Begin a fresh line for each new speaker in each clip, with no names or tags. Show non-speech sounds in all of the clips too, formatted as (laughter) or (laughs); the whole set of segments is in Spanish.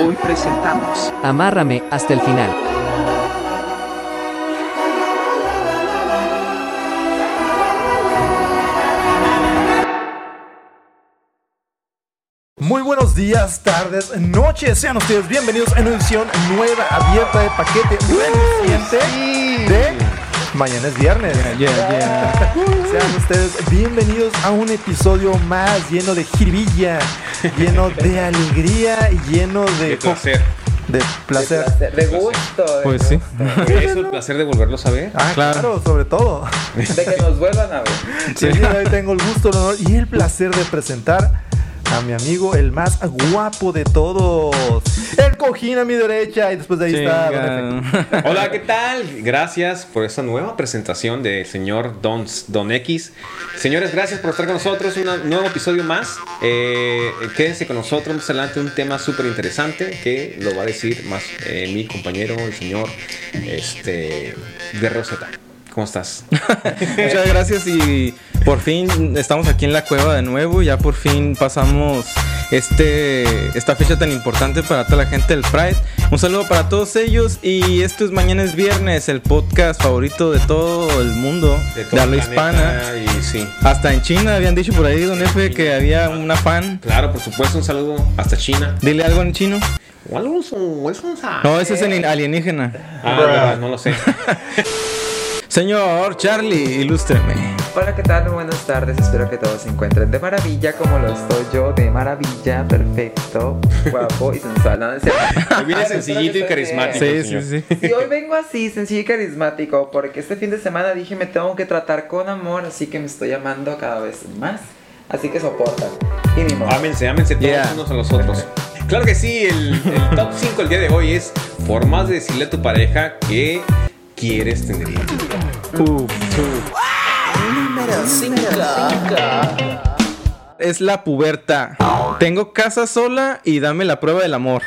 Hoy presentamos
Amárrame hasta el final.
Muy buenos días, tardes, noches. Sean ustedes bienvenidos a una edición nueva, abierta de paquete reciente de Mañana es viernes. Sean ustedes bienvenidos a un episodio más lleno de (laughs) jiribilla, lleno de alegría y lleno de,
Qué placer.
de placer.
De gusto. eh, De,
Pues sí.
Es un placer de volverlos a ver.
Ah, claro.
Claro.
sobre todo.
Pues,
de que nos vuelvan a ver.
Sí. (laughs) hoy tengo el gusto, el honor y el placer de presentar a mi amigo, el más guapo de todos. El cojín a mi derecha y después de ahí está. Don Efe.
(laughs)
Hola, ¿qué tal? Gracias por esta nueva presentación del señor Don, Don X. Señores, gracias por estar con nosotros. una- Un nuevo episodio más. Eh, quédense con nosotros. Más adelante un tema súper interesante que lo va a decir más eh, mi compañero, el señor este, de Rosetta. ¿Cómo estás?
Muchas gracias y por fin estamos aquí en la cueva de nuevo. Ya por fin pasamos este esta fecha tan importante para toda la gente del Pride. Un saludo para todos ellos y esto es Mañana es Viernes, el podcast favorito de todo el mundo, de,
todo
habla
el
hispana.
planeta Y sí.
Hasta en China habían dicho por ahí, don Efe, que había una fan.
Claro, por supuesto, un saludo hasta China.
Dile algo en chino. No,
No,
ese es en alienígena.
Ah, no lo sé.
Señor Charlie, ilústreme.
Hola, ¿qué tal? Buenas tardes. Espero que todos se encuentren de maravilla, como lo estoy yo, de maravilla, perfecto, guapo y sensual. No, no es cierto.
Hoy viene sencillito y carismático.
Sí, sí,
señor.
sí.
Y hoy vengo así, sencillo y carismático, porque este fin de semana dije me tengo que tratar con amor, así que me estoy amando cada vez más. Así que soportan. Y ni modo.
Ámense, ámense todos
Yeah.
unos a los otros. Claro que sí, el, el top 5 el día de hoy es formas de decirle a tu pareja que quieres tener hijos.
Uf. Es la puberta. Tengo casa sola y dame la prueba del amor.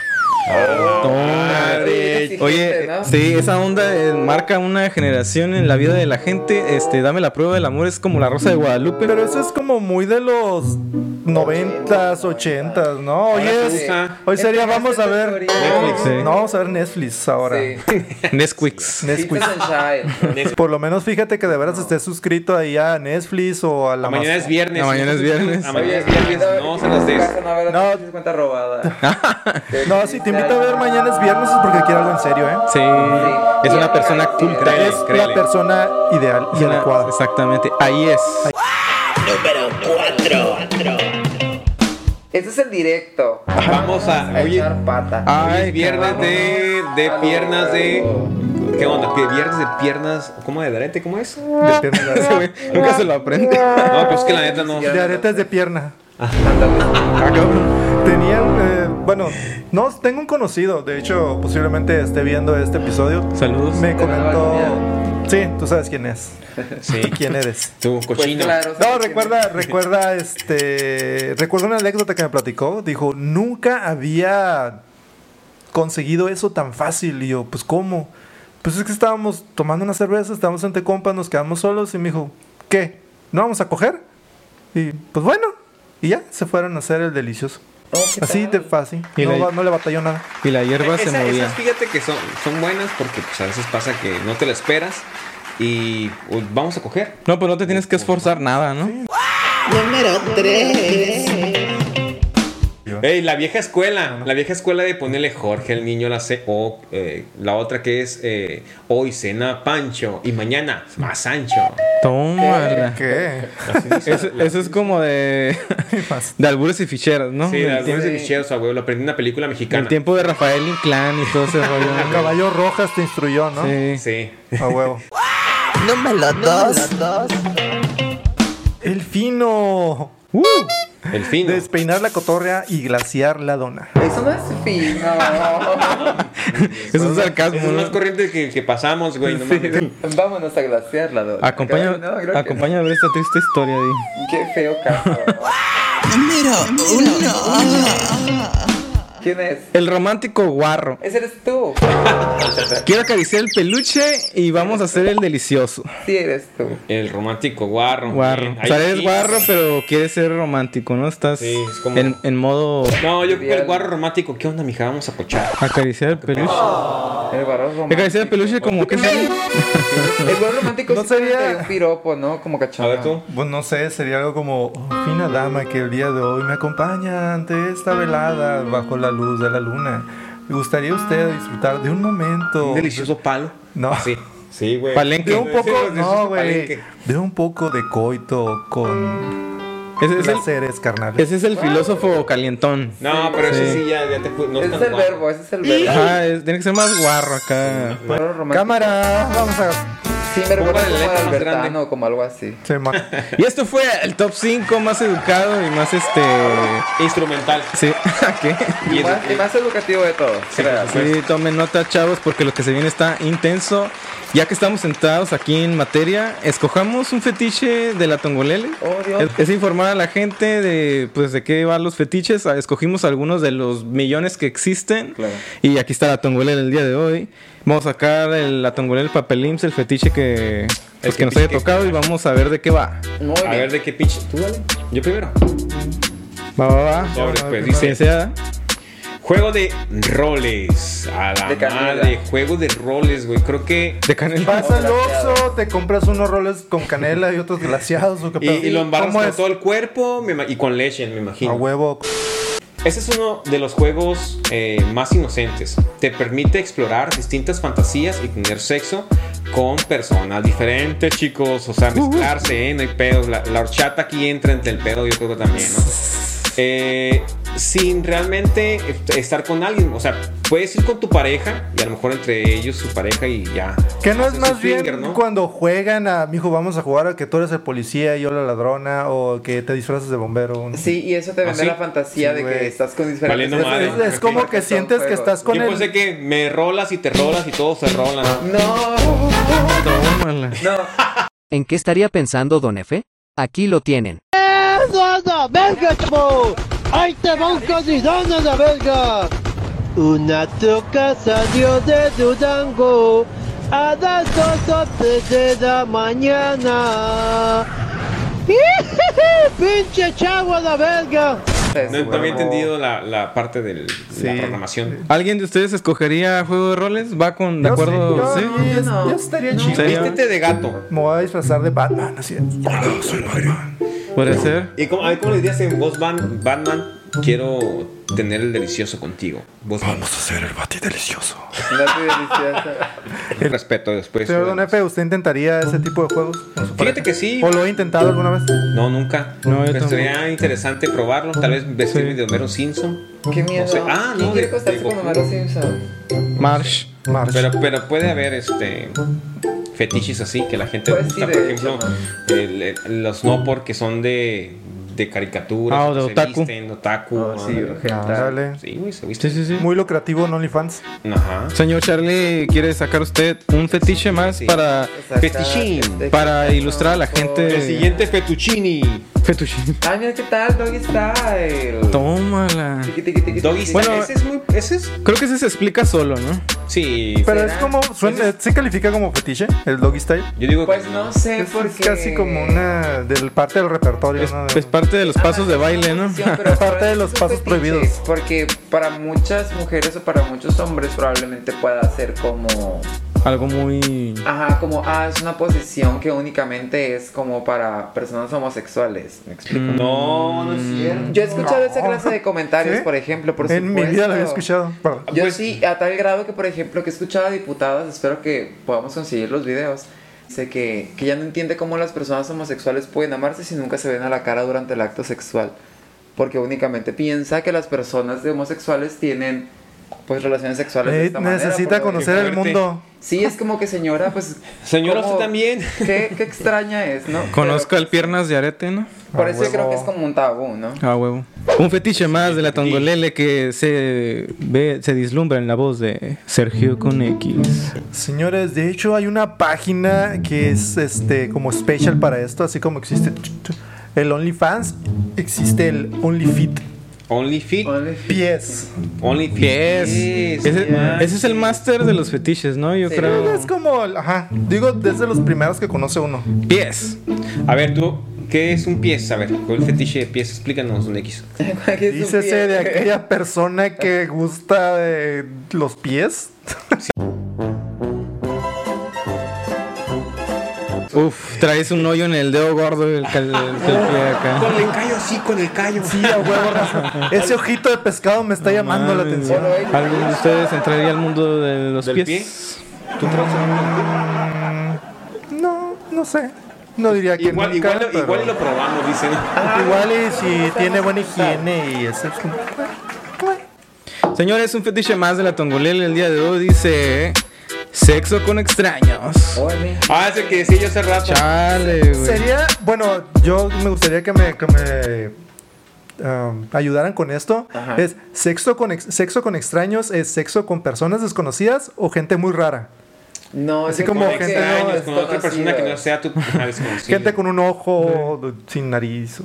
Toma.
madre.
Oye,
¿no?
Ah, sí, esa onda eh, marca una generación en la vida de la gente. Este, dame la prueba del amor es como la rosa de Guadalupe.
Pero eso es como muy de los noventas, ochentas, ¿no? Hoy
Ahora se
es,
usa.
hoy sería
Empezaste
vamos a
tu
ver
teoría.
Netflix, sí.
No, vamos a ver Netflix ahora.
Sí.
Nesquicks.
Netflix.
Princess and Child.
Por lo menos fíjate que de veras estés suscrito ahí a Netflix o a la
A mañana
Amazon.
es viernes.
A mañana es viernes.
A mañana es viernes, no se las des.
No,
No.
no. cuenta
(laughs)
robada.
No, si te invito a ver mañana es viernes es porque quiere algo en serio, ¿eh?
Sí, es una persona culta.
Créele,
es
créele.
la persona ideal y
Una-
adecuada.
exactamente, ahí es.
Este es el directo.
Vamos a.
A
Oye, Ah,
echar pata.
hoy
Ay,
es viernes
caramba.
de, de
Ah,
piernas de.
no.
¿Qué onda? Pie- Viernes de piernas. ¿Cómo de darete? ¿Cómo es? No,
De pierna.
(laughs) Ese güey Nunca se lo aprende.
pues es que la neta no.
De aretes de pierna.
Ándale.
Tenían, eh, bueno, no, tengo un conocido, de hecho posiblemente esté viendo este episodio.
Saludos.
Me
Te la
comentó.
balconearon.
Sí, tú sabes quién es.
Sí.
(laughs)
(laughs)
¿Quién eres?
Tu
Pues
cochino.
claro,
No,
¿sabes
recuerda, recuerda, este. Recuerda una anécdota que me platicó. Dijo, nunca había conseguido eso tan fácil. Y yo, pues, ¿cómo? Pues es que estábamos tomando una cerveza, estábamos entre compas, nos quedamos solos. Y me dijo, ¿qué? ¿No vamos a coger? Y pues bueno. Y ya, se fueron a hacer el delicioso.
quién? Oh, ¿qué
Así
tal?
de fácil.
Y
No,
la-
va- no le batalló nada.
Y la hierba se
E-, Esa-
movía.
Esas fíjate que son, son buenas porque pues, a veces pasa que no te lo esperas y pues, vamos a coger.
No, pues no te tienes que esforzar nada, ¿no?
Ey, la vieja escuela, la vieja escuela de ponerle Jorge al niño la C o eh, la otra que es eh, hoy cena Pancho y mañana más Sancho.
Tómala.
Eh, ¿Qué? (laughs)
Eso, eso es como de. (laughs) de albures y ficheras, ¿no?
Sí,
el,
de
tiempo,
algunos de Ficheros, abuelo, lo aprendí en una película
el
mexicana.
tiempo de Rafael Inclán y todo ese rollo.
(laughs)
¿no?
Caballo Rojas te instruyó, ¿no?
Sí.
Sí.
A huevo. El fino. ¡Uh!
El fin.
Despeinar la cotorrea y glaciar la dona.
Eso no es
(laughs)
fino.
Es un sarcasmo,
Es más
¿no?
corriente que el que pasamos, güey. No mames.
Vámonos a glaciar la dona.
Acompaña,
No, creo que
acompaña a ver esta triste historia, di.
no. Qué feo caso. ¿Quién es?
El romántico guarro.
Ese eres tú.
Quiero acariciar el peluche y vamos a hacer el delicioso.
Sí, eres tú.
El romántico guarro.
Guarro.
man.
O sea,
Ahí-
eres guarro, pero quieres ser romántico, ¿no? Estás
Sí, es como-
en, en modo
No, yo creo que el guarro romántico. ¿Qué onda, mija? Vamos a cochar.
acariciar el peluche.
El guarro romántico.
Acariciar el peluche como que
El guarro romántico
No
sí tiene
sería-
un piropo, ¿no? Como
A
cachorro.
ver tú.
Bueno, no sé, sería algo como "Oh, fina dama que el día de hoy me acompaña ante esta velada bajo la luz de la luna. Me gustaría usted disfrutar de un momento.
Un delicioso palo.
No.
Sí. Sí, güey.
Palenque.
De un poco,
Sí, los deliciosos
no, güey.
palenque.
De un poco de coito con
Ese es el,
placeres carnales.
ese es el filósofo calientón.
No, pero ese
Sí.
sí ya, ya te fu- no
Ese
tan
es el
guarro.
verbo, ese es el verbo.
Ajá, es- tiene que ser más guarro acá.
El guarro romántico.
Cámara, vamos a.
Sí, me recuerda como
Póngale
a
letra más grande.
Albertano o como algo así.
Se (laughs) ma-
Y esto fue el top 5 más educado y más este.
Instrumental.
Sí, (laughs) ¿qué?
Y
Y
más, y
edu-
más educativo de todo.
Sí, pues.
creo.
por
Sí, tomen nota, chavos, porque lo que se viene está intenso. Ya que estamos sentados aquí en materia, escojamos un fetiche de la tongolele.
Oh, Dios.
Es, es informar a la gente de pues de qué van los fetiches. Ah, Escogimos algunos de los millones que existen.
Claro.
Y aquí está la tongolele el día de hoy. Vamos a sacar el, la tongolele, el papel IMSS, el fetiche que, pues,
El
que nos
fetiche
haya
que-
tocado y vamos a ver de qué va.
Muy
A
bien.
ver de qué pinche. Tú dale. Yo primero.
Va, va, va.
Sobre, pues,
Sí,
dice.
sea.
Juego de roles. A la
De canela.
madre. Juego de roles, güey. Creo que.
(laughs)
De canela.
Vas al Oxxo, te compras unos roles con canela y otros glaciados o qué
Y,
pedo.
y lo embarras
¿Cómo
con
es? Ah,
todo el cuerpo me ima- y con leche, me
A
imagino.
huevo.
Ese es uno de los juegos eh, más inocentes. Te permite explorar distintas fantasías y tener sexo con personas diferentes, chicos. O sea, mezclarse, ¿eh? No hay pedos. La, la horchata aquí entra entre el pedo, yo creo que también, ¿no? Eh, sin realmente estar con alguien. O sea, puedes ir con tu pareja y a lo mejor entre ellos su pareja y ya.
Que no es
Haces
más
un
bien
swinger, ¿no?
cuando juegan a, mijo, vamos a jugar a que tú eres el policía y yo la ladrona o que te disfrazas de bombero.
Sí, y eso te vende
¿Ah, sí?
la fantasía
Sí,
de
güey.
que estás con
Valiendo
diferentes...
Es,
madre.
es- es como que
Son
sientes que
juegos.
estás con
Yo
el... Ah,
pensé que me rolas y te rolas y todos se rolan.
No,
Tómala.
no.
¿En qué estaría pensando Don Efe? Aquí lo tienen.
¡Verga, verga, chavo! ¡Ahí te va un codizón a la verga! Una troca salió de Durango a las dos o tres de la mañana. (laughs) ¡Pinche chavo a la verga!
No, no había entendido la, la parte de la
Sí.
programación.
¿Alguien de ustedes escogería juego de roles? ¿Va con de
Yo
acuerdo?
sí,
Sí.
yo- yo-
no.
yo estaría
No.
chido.
Sí.
Vístete de gato.
Me voy a disfrazar de Batman, así es. soy Batman.
Podría ser.
¿Y cómo, a ver, cómo le dirías en voz ban- Batman? Quiero tener el delicioso contigo. Vos
(laughs)
Vamos a hacer el bati delicioso.
No te deliciosa.
el respeto después.
Señor Don Efe, ¿usted intentaría ese tipo de juegos? con su pareja?
Fíjate que sí.
¿O lo ha intentado alguna vez?
No, nunca.
No, yo
Pero
tampoco.
Sería interesante probarlo. Tal vez vestirme de Homero Simpson.
Qué miedo.
No sé. Ah,
¿Quién
no,
quiere
de-
acostarse
de
con
Goku.
Homero Simpson?
Marsh.
March.
Pero, pero puede haber este fetiches así que la gente
Pues sí,
gusta.
de
Por
hecho,
ejemplo, el- el- los no porque son de, de caricaturas.
Ah, o de
se
otaku.
visten, otaku.
Oh, sí,
ándale.
ojete.
Ándale.
Sí, güey, se
Sí,
visten.
sí, sí.
Muy lucrativo en OnlyFans.
Ajá.
Señor Charlie, ¿quiere sacar usted un fetiche más
sí.
para
Saca
Fetichín,
este
para
cabrón,
ilustrar a la
por-
gente.
El siguiente fettuccini.
fetiche?
Ay, mira qué tal, Doggy Style.
Tómala.
Tiqui, tiqui, tiqui,
Doggy
tiqui.
style.
Bueno,
ese es muy. Ese es.
Creo que ese se explica solo, ¿no?
Sí.
Pero
¿Será?
es como, suena, ¿se califica como fetiche el doggy style?
Yo digo
Pues
que
no sé,
Es
porque...
casi como una del parte del repertorio,
Es,
¿no?
es parte de los pasos de baile, ¿no? (laughs)
Pero
Es parte de
es
los
un
pasos
fetiche,
prohibidos.
Porque para muchas mujeres o para muchos hombres probablemente pueda ser como...
Algo muy.
Ajá, como, ah, es una posición que únicamente es como para personas homosexuales. ¿Me explico?
Mm.
No, no es cierto.
Yo he escuchado
No.
esa clase de comentarios,
¿Sí?
por ejemplo, por
en mi
supuesto.
vida la había escuchado. Perdón.
Yo
Pues-
sí, a tal grado que, por ejemplo, que he escuchado a diputadas, espero que podamos conseguir los videos, sé que, que ya no entiende cómo las personas homosexuales pueden amarse si nunca se ven a la cara durante el acto sexual. Porque únicamente piensa que las personas de homosexuales tienen, pues, relaciones sexuales de
Ey,
esta manera,
Eh, necesita
porque-
conocer el
fuerte.
mundo.
Sí, es como que señora, pues...
Señora,
¿cómo-
usted también.
(laughs) Qué, qué extraña es, ¿no?
Conozco
Pero-
al piernas de arete, ¿no?
Por eso yo
huevo.
creo que es como un tabú, ¿no?
Ah, huevo. Un fetiche más de la tongolele que se ve, se vislumbra en la voz de Sergio con X.
Señores, de hecho hay una página que es este como especial para esto, así como existe el OnlyFans, existe el OnlyFit.
Only feet.
Only
Pies.
Only feet.
Pies.
Yes,
Ese,
man.
ese es el máster de los fetiches, ¿no? Yo
Sí.
creo.
Es como, el- ajá, digo, desde los primeros que conoce uno.
Pies.
A ver, tú, ¿qué es un pies? A ver, ¿cuál fetiche de pies? Explícanos, Don X.
(laughs) Aquí es un
Dícese
pie.
de aquella persona que gusta de los pies.
Uf, traes un hoyo en el dedo gordo del cal- del pie acá.
el callo, sí, con el callo.
Sí, a huevo, raza. Ese ojito de pescado me está llamando la atención.
eh.
Solo
¿Alguno de ustedes entraría al mundo de los
¿Del
pies?
No, no sé. No diría que
Igual,
nunca,
igual,
pero-
igual lo probamos, dicen.
Igual y si tiene buena higiene y ese
Señores, un fetiche más de la tongolele el día de hoy dice sexo con extraños.
Ole.
Ah, ese que decía yo hace rato.
Chale, güey.
Sería, bueno, yo me gustaría que me, que me, um, ayudaran con esto.
Ajá.
Es sexo con, ex- sexo con extraños, es sexo con personas desconocidas o gente muy rara.
No,
Así
se
como
supone
gente
que
no,
Extraños, con otra
desconocidos.
persona que no sea tu persona desconocida.
Gente con un ojo o sin nariz, o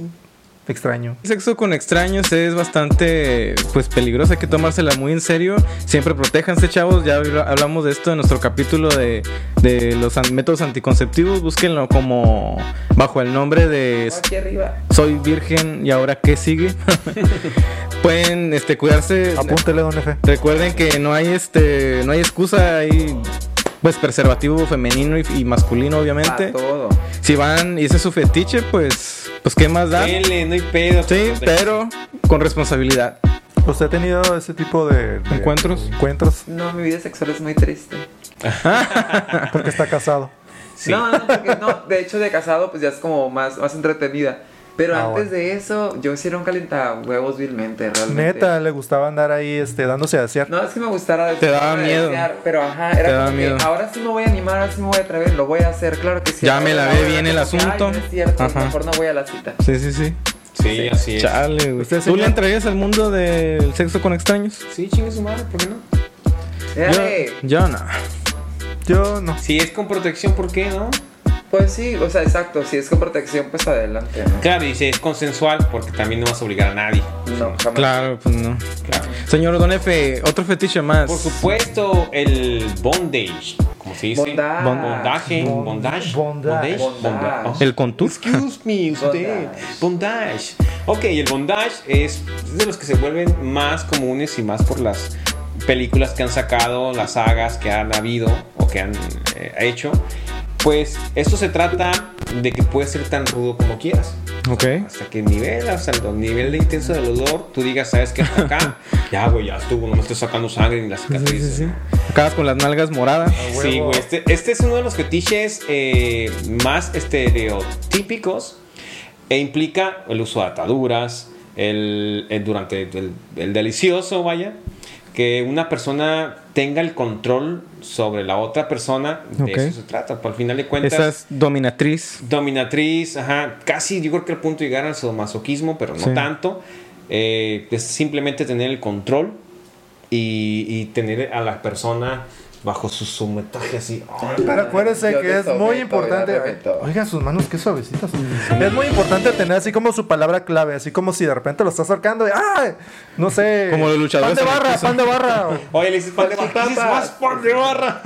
extraño.
Sexo con extraños es bastante pues peligroso, hay que tomársela muy en serio. Siempre protéjanse, chavos. Ya habl- hablamos de esto en nuestro capítulo de, de los an- métodos anticonceptivos. Búsquenlo como bajo el nombre de
Aquí arriba.
Soy Virgen y ahora qué sigue. (laughs) Pueden este cuidarse.
Apúntele, don Efe.
Recuerden que no hay este no hay excusa, hay pues preservativo femenino y, y masculino obviamente.
Para todo.
Si van y ese es su fetiche, pues pues qué más da. Sí,
Dele, no hay pedo.
pero con responsabilidad.
¿Usted ha tenido ese tipo de, de
¿Encuentros? (laughs)
encuentros?
No, mi vida sexual es muy triste.
Porque está casado.
Sí.
No, no, porque no. De hecho, de casado, pues ya es como más, más entretenida. Pero
Ah,
antes
bueno.
de eso, yo hicieron un calentahuevos vilmente, realmente.
Neta, le gustaba andar ahí este, dándose a desear.
No, es que me gustara.
Te daba
me
miedo.
desear, pero ajá,
Te
era
daba
como que,
miedo.
ahora sí me voy a animar, ahora sí me voy a atrever, lo voy a hacer, claro que sí.
Ya me la ve
Ahora
bien el
como que, ay,
asunto.
no es cierto,
Ajá.
mejor no voy a la cita.
Sí, sí, sí.
Sí, así es.
Chale, güey.
¿Usted,
¿Tú
señor?
le entrarías al mundo del sexo con extraños?
Sí, chingue su madre, ¿por qué no?
Yo,
Dale.
yo no.
Yo no.
Si es con protección, ¿por qué no?
Pues sí, o sea, exacto, si es con protección, pues adelante, ¿no?
Claro, y si es consensual, porque también no vas a obligar a nadie.
No, jamás.
Claro, pues no.
Claro.
Señor Don F, otro fetiche más.
Por supuesto, el bondage, como se dice.
Bondage.
Bondaje,
Bon-
bondage.
bondage.
bonda-
Bondage.
El contur.
Excuse me, usted. Bondage. Ok, el bondage es de los que se vuelven más comunes y más por las películas que han sacado, las sagas que han habido o que han eh, hecho. Pues esto se trata de que puedes ser tan rudo como quieras.
Ok.
Hasta que el nivel, hasta el nivel de intenso del olor, tú digas, sabes que hasta
(laughs)
acá, ya, güey, ya estuvo, no me estoy sacando sangre ni las
Sí, sí,
cicatrices.
sí. Acabas con las nalgas moradas.
Sí,
huevo.
güey. Este, este es uno de los fetiches eh, más estereotípicos e implica el uso de ataduras, el, el- durante el, el delicioso, vaya, que una persona tenga el control sobre la otra persona. De
Ok.
eso se trata. Por al final de cuentas,
Esa es dominatriz.
dominatriz, ajá, casi yo creo que al punto de llegar al sadomasoquismo, pero no
Sí.
tanto. Eh, es simplemente tener el control y, y tener a la persona bajo su sometaje así. ¡ay!
Pero acuérdense
Yo
que
te
es
someto,
muy
yo
importante.
te meto.
Oigan, sus manos, qué suavecitas. Es muy importante tener así como su palabra clave, así como si de repente lo estás ahorcando. y, ¡Ah! No sé.
Como los luchadores
Pan de
en el
barra,
piso.
pan de
(laughs)
barra.
Oye, le dices pan de barra. dices más pan de barra.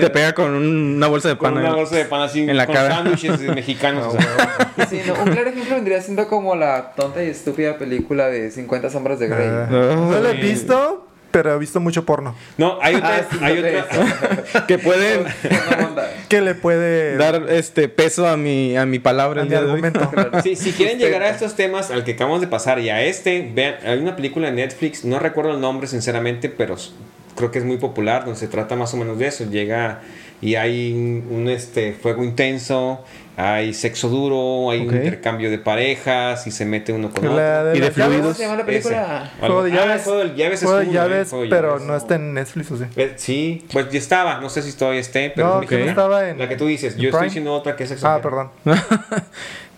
Te pega con un- una bolsa de pan.
Con una
¿no?
bolsa de pan así.
En la
con
cara.
sándwiches mexicanos. o sea.
Sí, no, un claro ejemplo vendría siendo como la tonta y estúpida película de 50 sombras de Grey.
Ah, No lo he visto, pero he visto mucho porno.
No, hay
Ah,
otra.
sí,
hay
no
otra-
(laughs) Que pueden
No, onda.
Que le puede
dar este peso a mi, a mi palabra
a
el
mi
día de hoy.
argumento.
Sí, si quieren llegar a estos temas al que acabamos de pasar y a este, vean, hay una película en Netflix, no recuerdo el nombre sinceramente, pero s- creo que es muy popular, donde se trata más o menos de eso. Llega y hay un, un, este, fuego intenso, hay sexo duro, hay
Ok.
un intercambio de parejas y se mete uno con
La
otro.
de
pues, Y de
las llaves.
¿Cómo
fluidos.
se llama la
Ese.
película?
O
Juego de
algo- ah,
llaves.
juego de llaves es
Juego de
uno, ¿eh?
llaves,
Juego de
pero
llaves.
no está en Netflix, o sea.
Eh, Sí, pues ya estaba, no sé si todavía esté, pero
No,
es
que no
mexicana.
estaba en-
la que tú dices, yo
Prime.
estoy diciendo otra que es sexo
Ah,
duro.
perdón.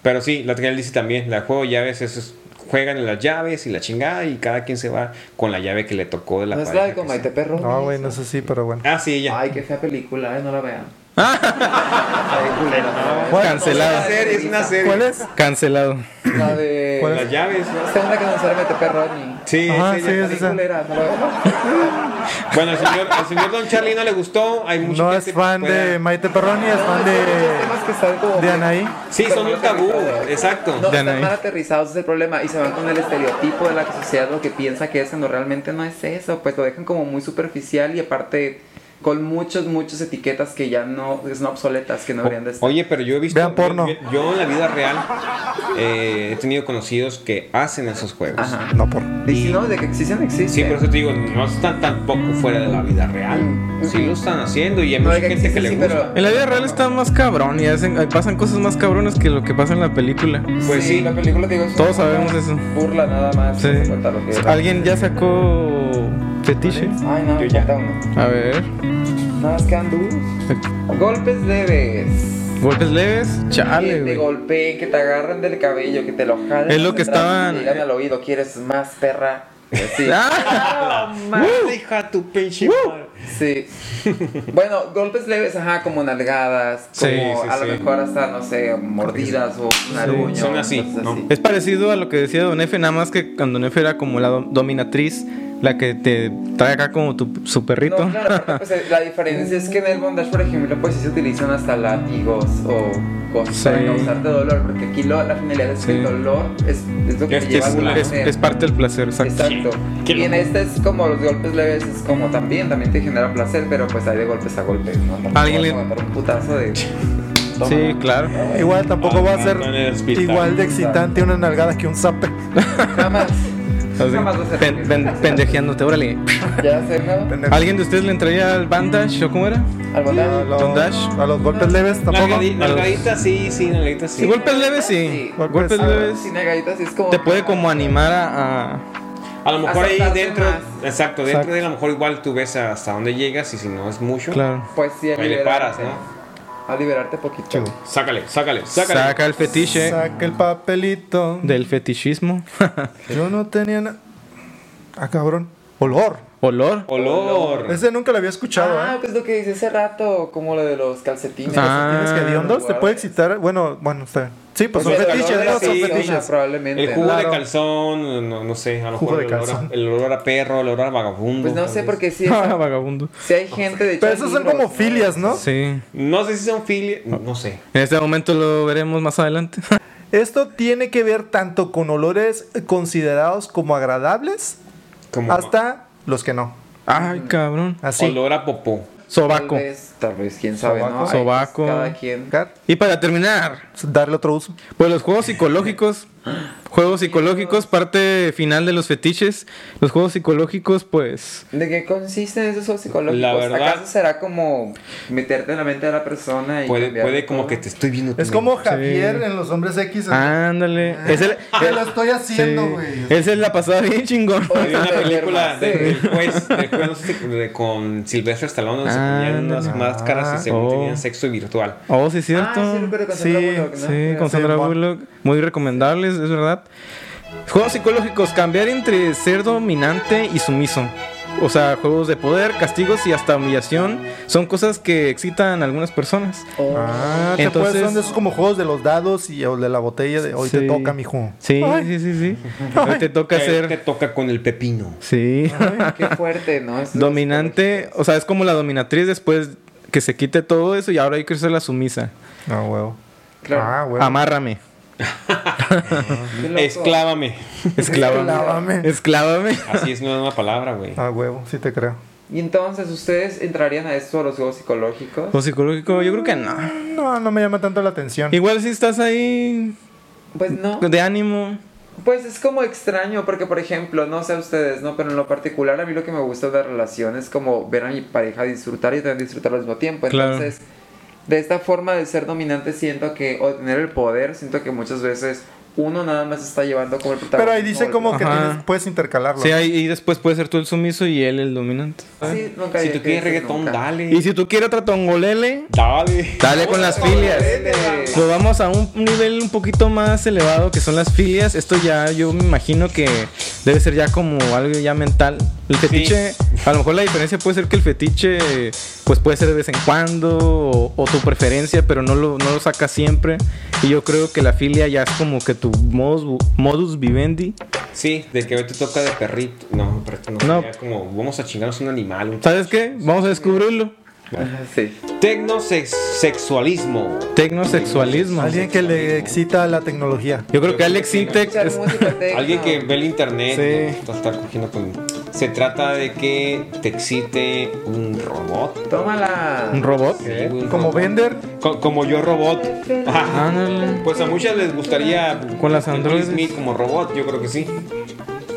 Pero sí, la que él dice también, la juego de llaves, eso es, juegan en las llaves y la chingada y cada quien se va con la llave que le tocó de la
No es
pareja
la de con
que sea.
Maite Perro.
No, güey, no sé si, pero bueno.
Ah, sí,
(laughs)
ella.
Ay, qué fea película, eh, no la vean.
Ah. ¿Cuál?
(laughs) Cancelado.
serie, es una serie.
¿Cuál es?
Cancelado.
La de.
¿Cuál
Las llaves. ¿no?
Esta es una que nos sale MTP Rodney.
Sí,
Ajá,
sí,
sí,
ya-
es
Está
esa.
bien culera, no la veo.
Bueno, al señor, al señor Don Charlie no le gustó. Hay mucha
No
gente
es fan
que pueda-
de Maite Perroni, es
Temas
fan de,
que están como.
de Anaí.
Sí, son un tabú, exacto.
No,
De
están
Anaí.
mal aterrizados, ese es el problema. Y se van con el estereotipo de la sociedad, lo que piensa que es, cuando realmente no es eso. Pues lo dejan como muy superficial y aparte con muchos, muchos etiquetas que ya no, que son obsoletas, que no deberían de estar.
Oye, pero yo he visto.
Vean porno.
Yo, yo en la vida real eh, he tenido conocidos que hacen esos juegos.
Ajá.
No por.
Y si no, de que existen, existen.
pues, Sí, por eso te digo, no están tampoco fuera de la vida real. Sí lo están haciendo y hay
No,
mucha
oiga,
gente que
existe,
le
sí,
gusta.
pero-
En la vida real está más cabrón y hacen, pasan cosas más cabronas que lo que pasa en la película.
Pues sí.
la película, te digo, es
Todos
una
sabemos eso.
Burla nada más.
Sí.
no importa lo que-
¿Alguien ya sacó fetiche?
Ay, no,
Yo
me
ya.
falta uno.
A ver.
Nada más quedan duros. Golpes leves.
Golpes leves.
que
Chale,
te
güey.
golpeen, que te agarren del cabello, que te lo jalen.
Es lo que
detrás,
estaban-
te Llegan al oído, ¿quieres más, perra? Sí.
(laughs) Ah,
Madre, hija de tu pinche madre.
sí. Bueno, golpes leves, ajá, como nalgadas,
Sí,
como
sí,
a lo
sí.
mejor hasta, no sé, mordidas o un aruño,
son así,
cosas
¿no?
(laughs)
así.
Es parecido a lo que decía Don Efe, nada más que cuando Don Efe era como la dom- dominatriz, la que te trae acá como tu, su
No,
perrito.
claro, aparte, pues, la diferencia es que en el bondage, por ejemplo, pues sí se utilizan hasta látigos o cosas
Sí.
para causarte dolor, porque aquí lo- la finalidad es que el
Sí.
dolor es, es lo que
Es
te
que
lleva
Este es,
a
es-
placer.
es parte del placer, exacto.
Exacto.
Qué
Y en esta es como los golpes leves, es como también, también te genera placer, pero pues hay de golpes a golpes, ¿no? Tampoco
Alguien
vas
le-
a aguantar un putazo de. (laughs)
Sí, claro.
Igual tampoco va a ser
Ah, en el hospital.
igual de excitante una nalgada que un zape.
Jamás. Jamás vas a
Así, pen- pen- pendejeándote, órale.
Ya sé, ¿no?
¿Alguien de ustedes le entraría al bandage o cómo era?
Al
A
bondage.
los,
Dash.
a los golpes leves tampoco.
Nalgadi- Nalgadita sí, sí, nalgadita sí.
Sí, golpes leves,
Sí.
sí. Golpes
Ah,
leves.
Sin agaditas, es como.
Te puede como animar a. a-
A lo mejor ahí
Acercarse
dentro,
más.
exacto, dentro
Exacto.
de él, a lo mejor igual tú ves hasta dónde llegas y si no es mucho,
Claro.
Pues sí, a
ahí le
liberarte.
paras, ¿no?
A liberarte poquito.
Sácale, sácale, sácale.
Saca el fetiche
Saca el papelito.
del fetichismo. (laughs)
Yo no tenía nada. Ah, cabrón. Olor.
Olor.
Olor.
Ese nunca lo había escuchado,
Ah,
¿eh?
pues lo que dice hace rato, como lo de los calcetines.
Ah.
Tienes que hediondos te
guarda.
puede excitar. Bueno, bueno, está bien. Sí, pues son
Pues el olor
fetiches,
de
¿no?
la
Son
persona,
fetiches.
Probablemente.
El jugo
Claro.
de calzón, no, no sé, a lo
Jugo
mejor
de
el olor, a,
calzón.
el olor a perro, el olor a vagabundo.
Pues no
tal
sé,
vez.
porque
(laughs)
si,
Ah, vagabundo.
si hay gente de hecho,
Pero
hay
esos son
libros,
como
¿no?
filias, ¿no?
Sí.
No sé si son fili... No sé.
En este momento lo veremos más adelante. (laughs)
Esto tiene que ver tanto con olores considerados como agradables
Como
hasta los que no.
Ay, cabrón.
Así.
olor a popó.
Tal
Sobaco.
vez, tal vez, quién sabe,
Sobaco.
¿no? Ay,
Sobaco.
Cada quien.
Sacar,
Y para terminar,
Darle otro uso.
pues los juegos psicológicos. Juegos psicológicos, parte final de los fetiches. Los juegos psicológicos, pues.
¿De qué consisten esos juegos psicológicos?
La verdad-
¿Acaso será como meterte en la mente de la persona y
Puede,
cambiar
puede
todo?
como que te estoy viendo.
Es
tu
como
mente.
Javier en los hombres X.
Ándale. Es el.
Ah,
Te lo estoy
Ah. Sí.
haciendo, güey.
Esa es la pasada bien chingón.
Había una película de,
Sí.
del juez, del juez, no sé si- de- con Sylvester Stallone donde se
Ah,
ponían unas
no.
máscaras y según
Oh.
tenían sexo virtual.
Oh, sí, cierto.
Ah, sí, recuerdo con Sandra
Sí,
Bullock, ¿no?
Sí, con
Sí,
Sandra
Mon.
Bullock. Muy recomendables, es verdad. Juegos psicológicos, cambiar entre ser dominante y sumiso. O sea, juegos de poder, castigos y hasta humillación son cosas que excitan a algunas personas.
Oh.
Ah, te
Entonces-
puedes- son de esos como juegos de los dados y o de la botella de hoy te
Sí.
toca, mijo.
Sí,
Ay.
sí, sí, sí. Hoy te toca
Que Te
ser...
toca con el pepino.
Sí.
Qué fuerte, ¿no? Esos
dominante, o sea, es como la dominatriz después que se quite todo eso y ahora hay que ser la sumisa.
No, huevo.
Claro.
Ah, huevo. (laughs)
Amárrame.
Qué loco.
Esclávame.
Esclávame.
Esclávame.
Esclávame.
Así es una nueva palabra, güey.
Ah, huevo, sí te creo.
Y entonces, ¿ustedes entrarían a esto, a los juegos psicológicos?
O psicológico, yo creo que no.
No, no me llama tanto la atención.
Igual si estás ahí
Pues no.
de ánimo.
Pues es como extraño, porque por ejemplo, no sé a ustedes, ¿no? Pero en lo particular, a mí lo que me gusta de la relación es como ver a mi pareja disfrutar y también disfrutar al mismo tiempo.
Claro.
Entonces, de esta forma de ser dominante, siento que, o de tener el poder, siento que muchas veces uno nada más está llevando como el protagonismo.
Pero ahí dice como que
Ajá.
tienes- puedes intercalarlo.
Sí, ahí, y después puedes ser tú el sumiso y él el dominante.
Sí, nunca
Si
dije
tú quieres
que dices
reggaetón,
nunca.
dale.
Ah. Y si tú quieres otra tongolele,
Dale.
dale con las filias. Nos vamos a un nivel un poquito más elevado que son las filias. Esto ya yo me imagino que debe ser ya como algo ya mental. El fetiche, a lo mejor la diferencia puede ser que el fetiche pues puede ser de vez en cuando o, o tu preferencia, pero no lo, no lo sacas siempre. Y yo creo que la filia ya es como que tu modus, modus vivendi.
Sí, de que hoy te toca de perrito. No, perrito no.
No.
sería como vamos a chingarnos un animal. Un
¿Sabes qué? Vamos a descubrirlo.
Sí.
Tecnosexualismo.
Tecnosexualismo.
Alguien que le excita la tecnología.
Yo creo que Alexi Tech
Escuchar
es-
música tecno.
Alguien que ve el internet
Sí.
está, está cogiendo con. Se trata de que te excite un robot.
un
Tómala.
robot.
Sí, un
Como
robot.
vender,
Co- como yo robot. Ajá. (laughs)
Ándale.
Pues a muchas les gustaría
Con las
Will
androides.
Smith como robot, yo creo que sí.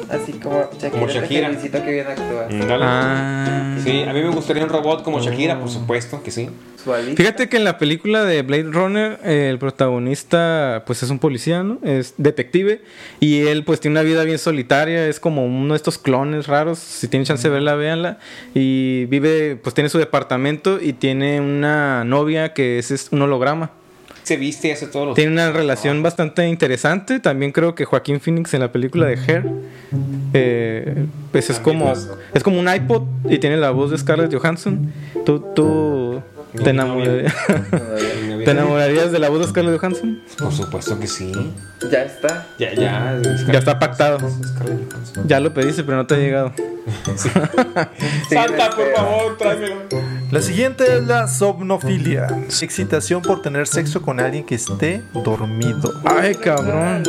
Así como Shakira.
Como
te
Shakira.
felicito que bien actúa.
Mm, dale.
Ah.
Sí, a mí me gustaría un robot como Shakira, por supuesto que sí.
Mm.
Suavita.
Fíjate que en la película de Blade Runner eh, el protagonista pues es un policía, ¿no? Es detective y él pues tiene una vida bien solitaria, es como uno de estos clones raros, si tienen chance de verla, véanla. Y vive, pues tiene su departamento y tiene una novia que es, es un holograma.
Se viste y hace todos los.
Tiene una relación bastante interesante, también creo que Joaquín Phoenix en la película de Hair eh, pues es
También
como
lo-
es como un iPod y tiene la voz de Scarlett Johansson. Tú, tú te
No, no,
enamorarías. (laughs) ¿Te enamorarías de la voz de Scarlett Johansson?
Por supuesto que sí.
Ya está.
Ya, ya.
Ya está pactado. Ya lo pediste, pero no te ha llegado.
Santa, por favor, tráemelo.
La siguiente es la somnofilia. Excitación por tener sexo con alguien que esté dormido.
Ay, cabrón.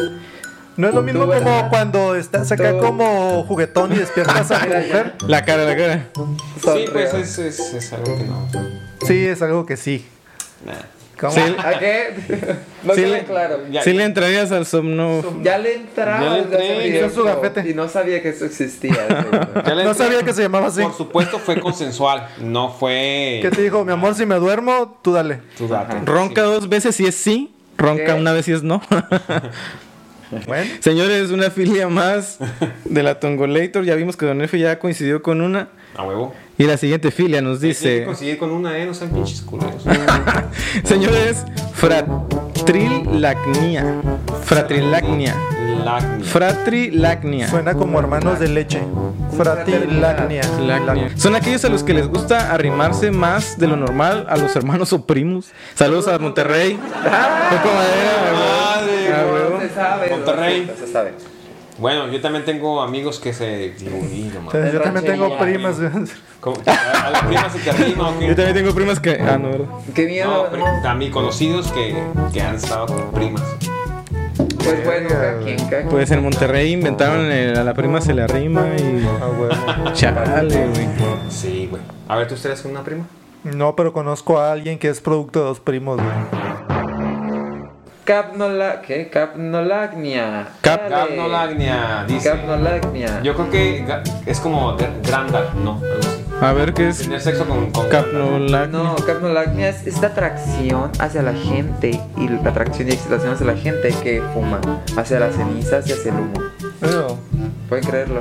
No es lo mismo
Tú, ¿verdad?
como cuando estás acá
Tú.
como juguetón y despiertas a tu (laughs) mujer.
La cara, la cara.
Sí,
Sonríe.
pues es, es, es algo que no.
Sí, es algo que sí.
Nah.
¿Cómo?
Sí, le-
¿A
(laughs)
qué? No
Sí,
queda
le-
claro.
Ya.
sí le entrarías al somno.
Ya le entraba.
Ya le entré,
hizo su gafete.
Y no sabía que eso
(laughs)
existía. seguro.
Ya le
No
entré.
sabía que se llamaba así.
Por supuesto fue consensual, no fue.
¿Qué te dijo? Mi amor, si me duermo, tú dale.
Tú date.
Ronca dos veces si es sí. Ronca
¿Qué?
una vez si es no. (laughs)
Bueno,
Señores, una filia más de la Tongolator. Ya vimos que Don Efe ya coincidió con una.
A huevo.
Y la siguiente filia nos
Tiene que
dice:
conseguir con una E, no sean pinches culeros.
Señores, fratrilacnia. Fratrilacnia.
Lacnia.
Fratrilacnia.
suena como hermanos de leche. Fratilacnia.
Lacnia.
Lacnia.
Son aquellos a los que les gusta arrimarse más de lo normal a los hermanos o primos. Saludos a Monterrey.
Ah.
Poco madera,
Madre,
güey. Ah, güey.
No se sabe. no se-
Monterrey.
No se sabe.
Bueno, yo también tengo amigos que se. Digo, y no mames.
Yo también tengo
Ranchería.
primas.
¿Cómo? ¿A la prima se te arrima o qué?
Yo también tengo primas que. Ah, no, ¿verdad?
Qué miedo.
No,
No,
pero a mí conocidos que, que han estado con primas.
Pues bueno, cada quien, cada quien.
Pues en Monterrey inventaron el- a la prima se le arrima y.
Ah, huevo.
Chale, güey.
Sí, güey. A ver, ¿tú estarías con una prima?
No, pero conozco a alguien que es producto de dos primos, güey.
Capnola... ¿Qué? Capnolagnia.
Cap-
Dale.
Gabnolagnia, dice.
Capnolagnia.
Yo creo que ga- es como de- Grandal, ¿no? Algo así.
A ver qué es.
Tener sexo con. con
Capnolacnia.
No, capnolagnia es esta atracción hacia la gente y la atracción y excitación hacia la gente que fuma, hacia las cenizas y hacia el humo.
Pero,
Pueden creerlo.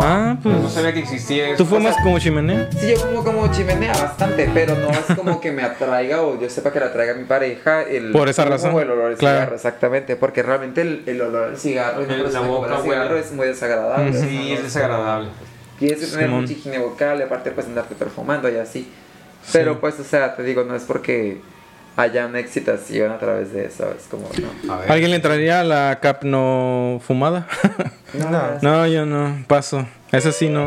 Ah, pues.
No sabía que existía eso.
¿Tú fumas como chimenea?
Sí, yo como como chimenea bastante, pero no es como que me atraiga o yo sepa que la atraiga mi pareja el
Por esa
humo
razón,
o el olor al
claro.
cigarro, exactamente, porque realmente el, el olor al cigarro y
En la
persona con
boca
olor al
huele.
cigarro es muy desagradable.
Sí, es desagradable.
Tienes que tener
Simón.
mucha higiene vocal y aparte pues andarte perfumando y así. Pero pues, o sea, te digo, no es porque haya una excitación a través de eso, es como, no.
A ver.
¿Alguien le entraría a la capno fumada?
No,
No.
gracias.
(laughs) no, yo no. Paso. Esa sí no.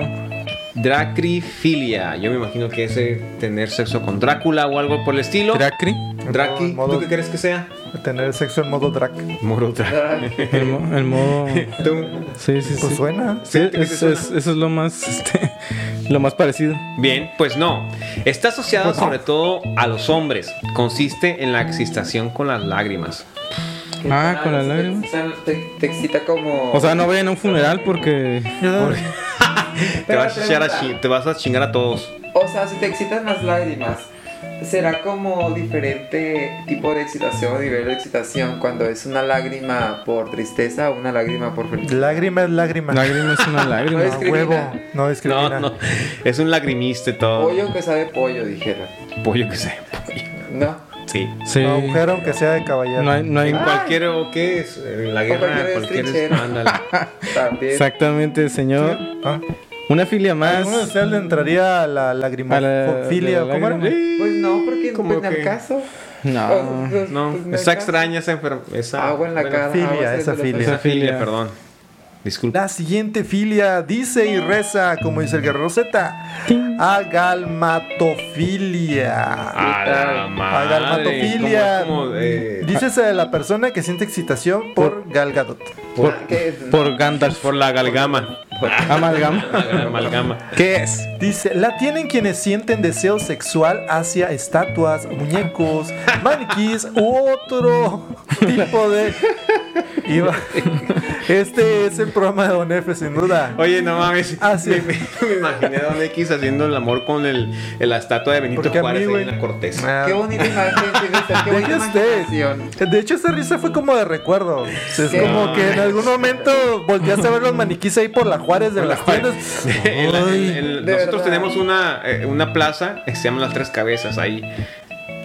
Dracrifilia. Yo me imagino que es eh, tener sexo con Drácula o algo por el estilo.
Dracri.
Draki,
Modo-
¿tú qué crees que sea?
Tener sexo en modo drag.
Moro (laughs)
El, mo- el modo. Sí, sí,
Pues
sí.
suena.
Sí,
Fíjate que sí
es-
suena.
es- eso es lo más. (laughs) este, lo más parecido.
Bien, pues no. Está asociado sobre todo a los hombres. Consiste en la excitación con las lágrimas.
Que
Ah,
te-
con las
te-
lágrimas.
Te, te excita como...
O sea, no vayan a un funeral porque.
Te vas, a
Pero
echar a
pregunta.
chi- te vas a chingar a todos.
O sea, si te excitan las lágrimas, será como diferente tipo de excitación o nivel de excitación cuando es una lágrima por tristeza o una lágrima por felicidad.
Lágrima es lágrima.
Lágrima es una (laughs) lágrima.
No
Ah, huevo.
discrimina.
No
No,
discrimina.
no. Es un lagrimista y todo.
Pollo que sabe pollo, dijeron.
Pollo que sea. pollo.
No.
Sí.
Sí.
Agujero, aunque sea de caballero.
No hay. No hay
En cualquier o qué es. En la
Cualquier
guerra,
es
cualquier es.
trinchera.
Ándale.
También.
exactamente, señor.
Ah,
Una filia más.
¿Alguno de ustedes le entraría a la
A la-
lagrimofilia?
de la
¿Cómo era?
lágrima.
Pues no, porque
Como
pues, ni
que-
al caso.
No.
Pues, pues,
No,
pues, ni al
está
caso.
extraña esa enfermedad. Esa,
Agua en la
bueno,
cara.
filia,
agua
esa
de-
filia.
Esa filia,
Filia.
perdón. Disculpa.
La siguiente filia dice y reza, como dice el guerrero Z, agalmatofilia.
A la madre.
Agalmatofilia.
Ah, ¿cómo es como de-
Dícese de la persona que siente excitación por Gal Gadot.
Por, que-
Por Gandalf.
eh? Por la galgama.
Amalgama.
La amalgama.
¿Qué es?
Dice, la tienen quienes sienten deseo sexual hacia estatuas, muñecos, maniquís u otro tipo de... Iba- Este es el programa de Don F, sin duda.
Oye, no mames.
Ah, sí.
(laughs) Me, me- me imaginé a Don X haciendo el amor con el, la estatua de Benito
Porque a mí,
Juárez ahí
güey.
en la (laughs)
Ah,
corteza.
Qué bonita imagen, tiene usted,
(laughs)
qué bonita
Deje usted.
imaginación.
De hecho, esa risa fue como de recuerdo. Es
Sí.
como que en algún momento volteaste a ver los maniquís ahí por la Juárez de las tiendas.
El- el- el-
de
nosotros
verdad.
tenemos una, eh, una plaza que se llama Las Tres Cabezas ahí.
Y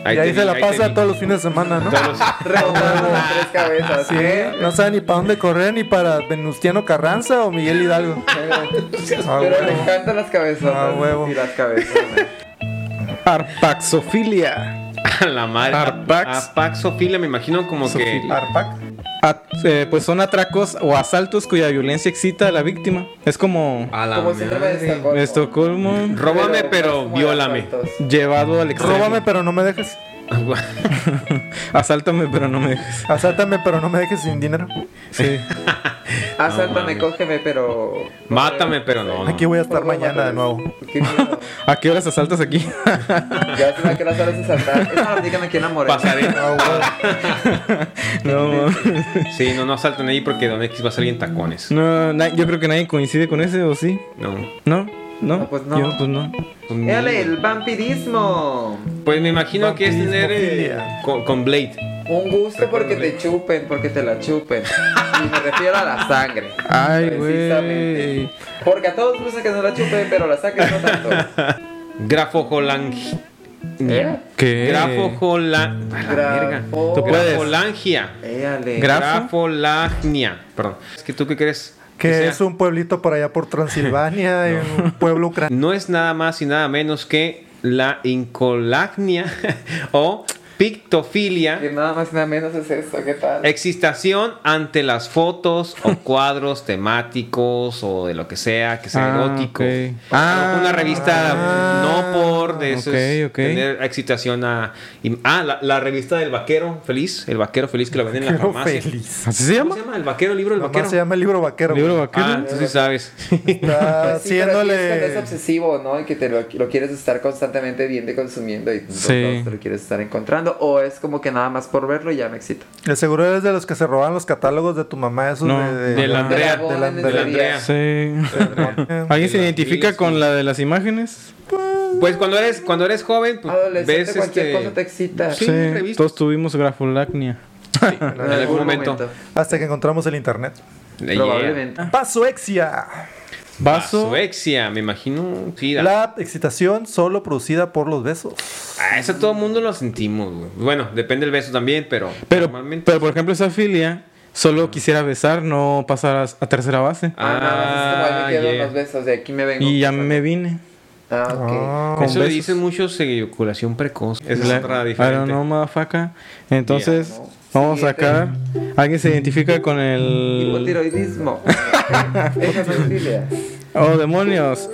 te
ahí se
vi,
la
te
pasa
vi.
todos los fines de semana, ¿no?
Todos los-
Rebotando las tres cabezas. ¿eh?
Sí, no sabe ni para dónde correr, ni para Venustiano Carranza o Miguel Hidalgo. Ah,
Pero le
huevo.
encantan las cabezas.
Ah, huevo.
Y las cabezas.
Arpaxofilia.
A la madre.
Arpax.
Arpaxofilia, me imagino como que.
Sofilia.
Arpac.
At- eh, pues son atracos o asaltos cuya violencia excita a la víctima. Es como
A la
Como síndrome de
madre.
Estocolmo.
Estocolmo
Róbame,
más
pero
como
viólame.
los altos.
llevado al extremo.
Róbame, pero no me dejes.
(laughs) Asáltame, pero no me dejes.
Asátame, pero no me dejes sin dinero.
Sí.
Asáltame,
mames.
Ah, cógeme, pero.
(laughs) Mátame, pero no. no.
Aquí voy a estar
Róbame,
mañana de
pero-
nuevo.
Qué miedo.
¿A qué horas asaltas (laughs) aquí?
Ya se me que las horas de saltar. Esa dígame quién la morena.
Pasaré.
(laughs)
no,
Sí, no, no salten ahí porque Don X va a salir en tacones.
no, na- yo creo que nadie coincide con ese, ¿o sí?
No.
¿No? ¿No?
No, pues no.
Yo, pues no.
Éale, el vampirismo.
Pues me imagino que es
Vampirismo,
tener eh,
filia.
con, con Blade.
Un gusto porque te chupen, porque te la chupen. Y me refiero a la sangre.
Ay,
Precisamente.
güey.
Porque a todos gusta que no la chupen, pero la sangre no
(laughs)
tanto.
Grafojolangia.
¿Eh?
¿Qué?
Grafojolangia.
Grafo-
Tú puedes.
Grafolangia.
Éale.
Gra- ¿Grafo?
Grafolagnia. Perdón. Es que tú qué crees.
Que
sea-
es un pueblito por allá por Transilvania, en un pueblo ucraniano.
no es nada más y nada menos que la incolagnia (laughs) o pictofilia.
que nada más y nada menos es eso, ¿qué tal?
Excitación ante las fotos
(laughs)
o cuadros temáticos o de lo que sea, que sea
Ah,
erótico.
ok.
Ah,
Ah,
una revista
ah,
no por de eso es
ok, ok.
tener excitación a y- ah la, la revista del vaquero feliz, el vaquero feliz que la venden en la
Pero
farmacia.
feliz.
¿Así se
¿Cómo
llama?
se llama? El vaquero, el libro del
Nomás
vaquero.
se llama el libro vaquero.
Libro vaquero.
Ah, entonces sabes. (laughs)
Está
Pues sí, pero aquí es cuando Es
haciéndole.
obsesivo, ¿no? Y que te lo, lo quieres estar constantemente viendo y consumiendo y por
Sí.
todos te lo quieres estar encontrando. O es como que nada más por verlo y ya me excita.
De seguro eres de los que se roban los catálogos de tu mamá, esos
No,
de, de-
del Andrea,
Ah, De
del
la
Andrea.
Andrea.
Sí. ¿Alguien se
Las
identifica
miles,
con
güey.
la de las imágenes?
Pues cuando eres cuando eres joven pues
Adolescente,
ves
cualquier
este
cosa te excita. Ah,
Sí, revistas.
Todos tuvimos grafolacnia.
en algún momento.
Hasta que encontramos el internet.
Yeah.
Probablemente.
Pasoexia.
Ah,
Vaso.
Vasoexia, me imagino. Sí, la-
La excitación solo producida por los besos.
Ah, eso todo el mundo lo sentimos, güey. Bueno, depende del beso también, pero,
Pero,
normalmente.
pero por ejemplo, esa filia solo quisiera besar, no pasar a, a tercera base.
Ah, nada más es como ahí
Ah,
me quedo
yeah.
unos besos de aquí me vengo.
y ya me vine.
Ah, ok.
Ah,
con
Eso le
besos.
dicen muchos eh, eyaculación precoz. Esa
La- ah,
es otra
I don't
diferente.
know, motherfucker. Entonces,
Yeah, no.
vamos a
Siguiente.
sacar. ¿Alguien se identifica con el.
Hipotiroidismo.
(laughs)
Esa no es filia.
Oh, demonios.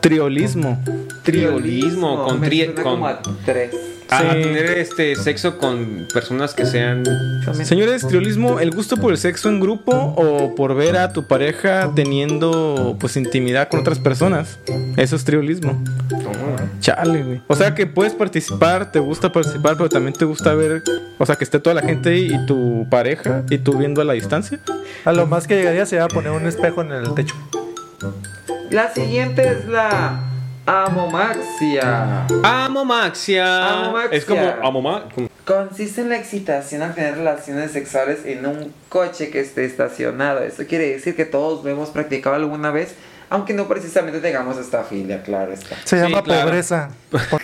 Triolismo.
Triolismo, con
Me
tri-
suena
con-
como a tres.
A
Sí.
tener este sexo con personas que sean.
Señores, triolismo, el gusto por el sexo en grupo o por ver a tu pareja teniendo pues intimidad con otras personas. Eso es triolismo. Chale, güey. O sea que puedes participar, te gusta participar, pero también te gusta ver, o sea, que esté toda la gente ahí y tu pareja y tú viendo a la distancia.
A lo más que llegaría sería poner un espejo en el techo.
La siguiente es la amomaxia.
Amomaxia.
Amomaxia.
Es como amoma. como-
Consiste en la excitación al tener relaciones sexuales en un coche que esté estacionado. Eso quiere decir que todos lo hemos practicado alguna vez aunque no precisamente tengamos esta filia, claro está.
Se
Sí,
llama
claro. (laughs)
pobreza.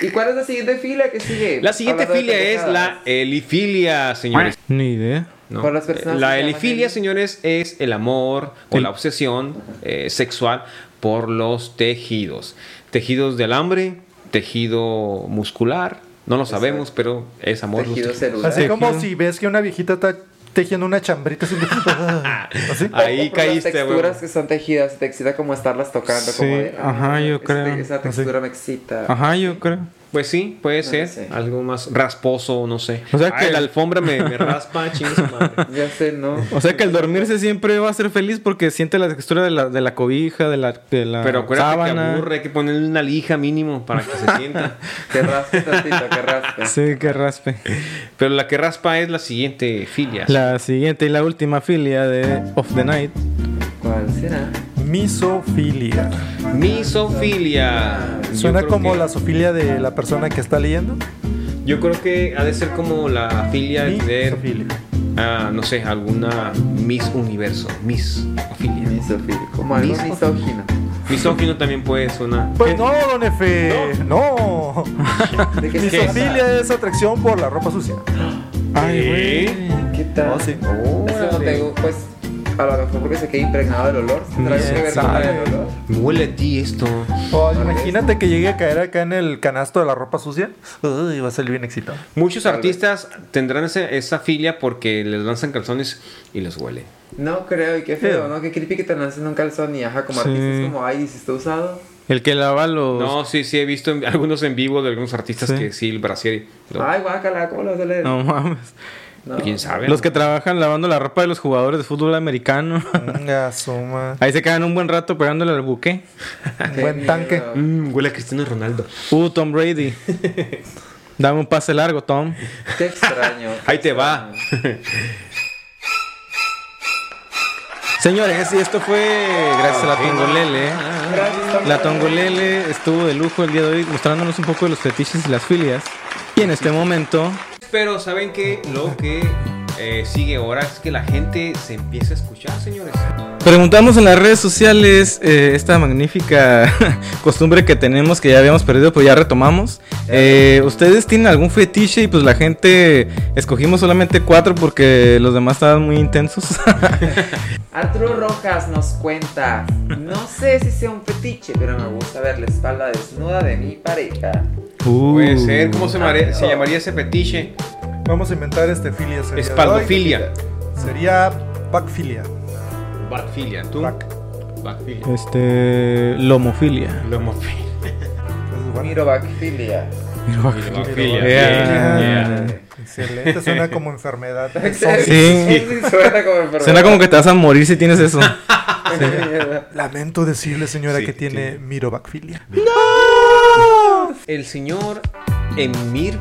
¿Y cuál es la siguiente filia que sigue?
La siguiente
Hablando de
filia es la
pendejadas.
elifilia, señores.
Ni idea.
No.
Para las personas que
la
se
elifilia,
llaman-
señores, es el amor o la obsesión eh, sexual por los tejidos. Tejidos del hambre, tejido muscular, no lo sabemos, pero es amor. de los
Tejido
tejidos.
celular.
Así como
Tejido.
si ves que una viejita está tejiendo una chambrita.
(laughs)
así, así.
Ahí
Por
caíste,
Las texturas
huevo.
que son tejidas, te excita como estarlas tocando.
Sí,
como de,
ajá,
"Ay,
yo
este-
creo.
Esa textura me excita.
Ajá, yo creo.
Pues sí, puede
No
ser
sé.
algo más rasposo, no sé.
O sea
Ay,
que-
la alfombra me, me
(laughs)
raspa, chingue su madre.
Ya sé, ¿no?
O sea que al dormirse siempre va a ser feliz porque siente la textura de la, de la cobija, de la, de la
Pero acuérdate que
sábana.
aburre, hay que ponerle una lija mínimo para que se
(laughs)
sienta.
Que raspe tantito, que raspe.
Sí, que raspe.
Pero la que raspa es la siguiente filia.
La siguiente y la última filia de Of the Night.
¿Cuál será?
Misofilia.
Misofilia. Yo
Suena
creo
como
que-
la sofilia de la persona que está leyendo.
Yo creo que ha de ser como la filia de tener,
Misofilia.
ah, no sé, alguna Miss Universo. Miss Ophelia.
Misofílico. Como algo
Miso-
misógino.
Misógino también puede sonar.
Pues no, don Efe. No.
¿De qué se trata?
Misofilia es atracción por la ropa sucia.
Ay,
¿Eh?
¿Qué tal?
Oh, sí.
Eso no
Órale.
tengo, pues, a lo mejor porque se queda impregnado del olor. ¿Tendrá algo que ver con
sabe.
el olor?
Huele a ti esto.
O Oh, imagínate que llegue a caer acá en el canasto de la ropa sucia. Uy, va a salir bien
(laughs)
excitado.
Muchos
Tal vez.
artistas tendrán ese- esa filia porque les lanzan calzones y los huelen.
No creo, y qué feo, ¿no? Qué creepy que te lancen un calzón y ajá, como
Sí.
artista es como, ay, si está usado.
El que lava los.
No, sí, sí, he visto en- algunos en vivo de algunos artistas
Sí.
que sí, el brasier. lo-
Ay, guácala, ¿cómo lo vas a leer?
No mames.
No.
¿Quién sabe?
Los que trabajan lavando la ropa de los jugadores de
(laughs)
fútbol americano.
Venga, suma.
Ahí se quedan un buen rato pegándole al buque.
Qué
Buen tanque.
miedo.
Mm, huele a Cristiano Ronaldo.
Uh,
(laughs)
Tom Brady. Dame un pase largo, Tom.
Qué extraño.
Ahí te va.
Señores, y esto fue gracias a la Tongolele. ¿eh?
Gracias,
La Tongolele estuvo de lujo el día de hoy mostrándonos un poco de los fetiches y las filias. Y en este momento,
Pero saben que lo que eh, sigue ahora es que la gente se empieza a escuchar, señores.
preguntamos en las redes sociales eh, esta magnífica (laughs) costumbre que tenemos que ya habíamos perdido, pero ya retomamos. Eh, ¿Ustedes tienen algún fetiche? Y pues la gente escogimos solamente cuatro porque los demás estaban muy intensos. (laughs)
Arturo Rojas nos cuenta, no sé si sea un fetiche, pero me gusta ver la espalda desnuda de mi pareja.
Uh.
Puede ser, ¿cómo se, mare- se llamaría ese fetiche?
Vamos a inventar este filia. sería-
Espaldofilia.
Sería backfilia.
Backfilia, ¿tú?
Back.
Backfilia.
Este. Lomofilia.
Lomofilia.
Mirobactilia.
Backfilia.
Yeah.
Yeah.
Excelente, suena como
(laughs)
enfermedad.
(laughs)
Sí.
Suena como enfermedad. (laughs)
Suena como que te vas a morir si tienes
(laughs)
eso.
Lamento decirle, señora,
Sí,
que tiene
sí.
mirobacfilia.
El señor Emir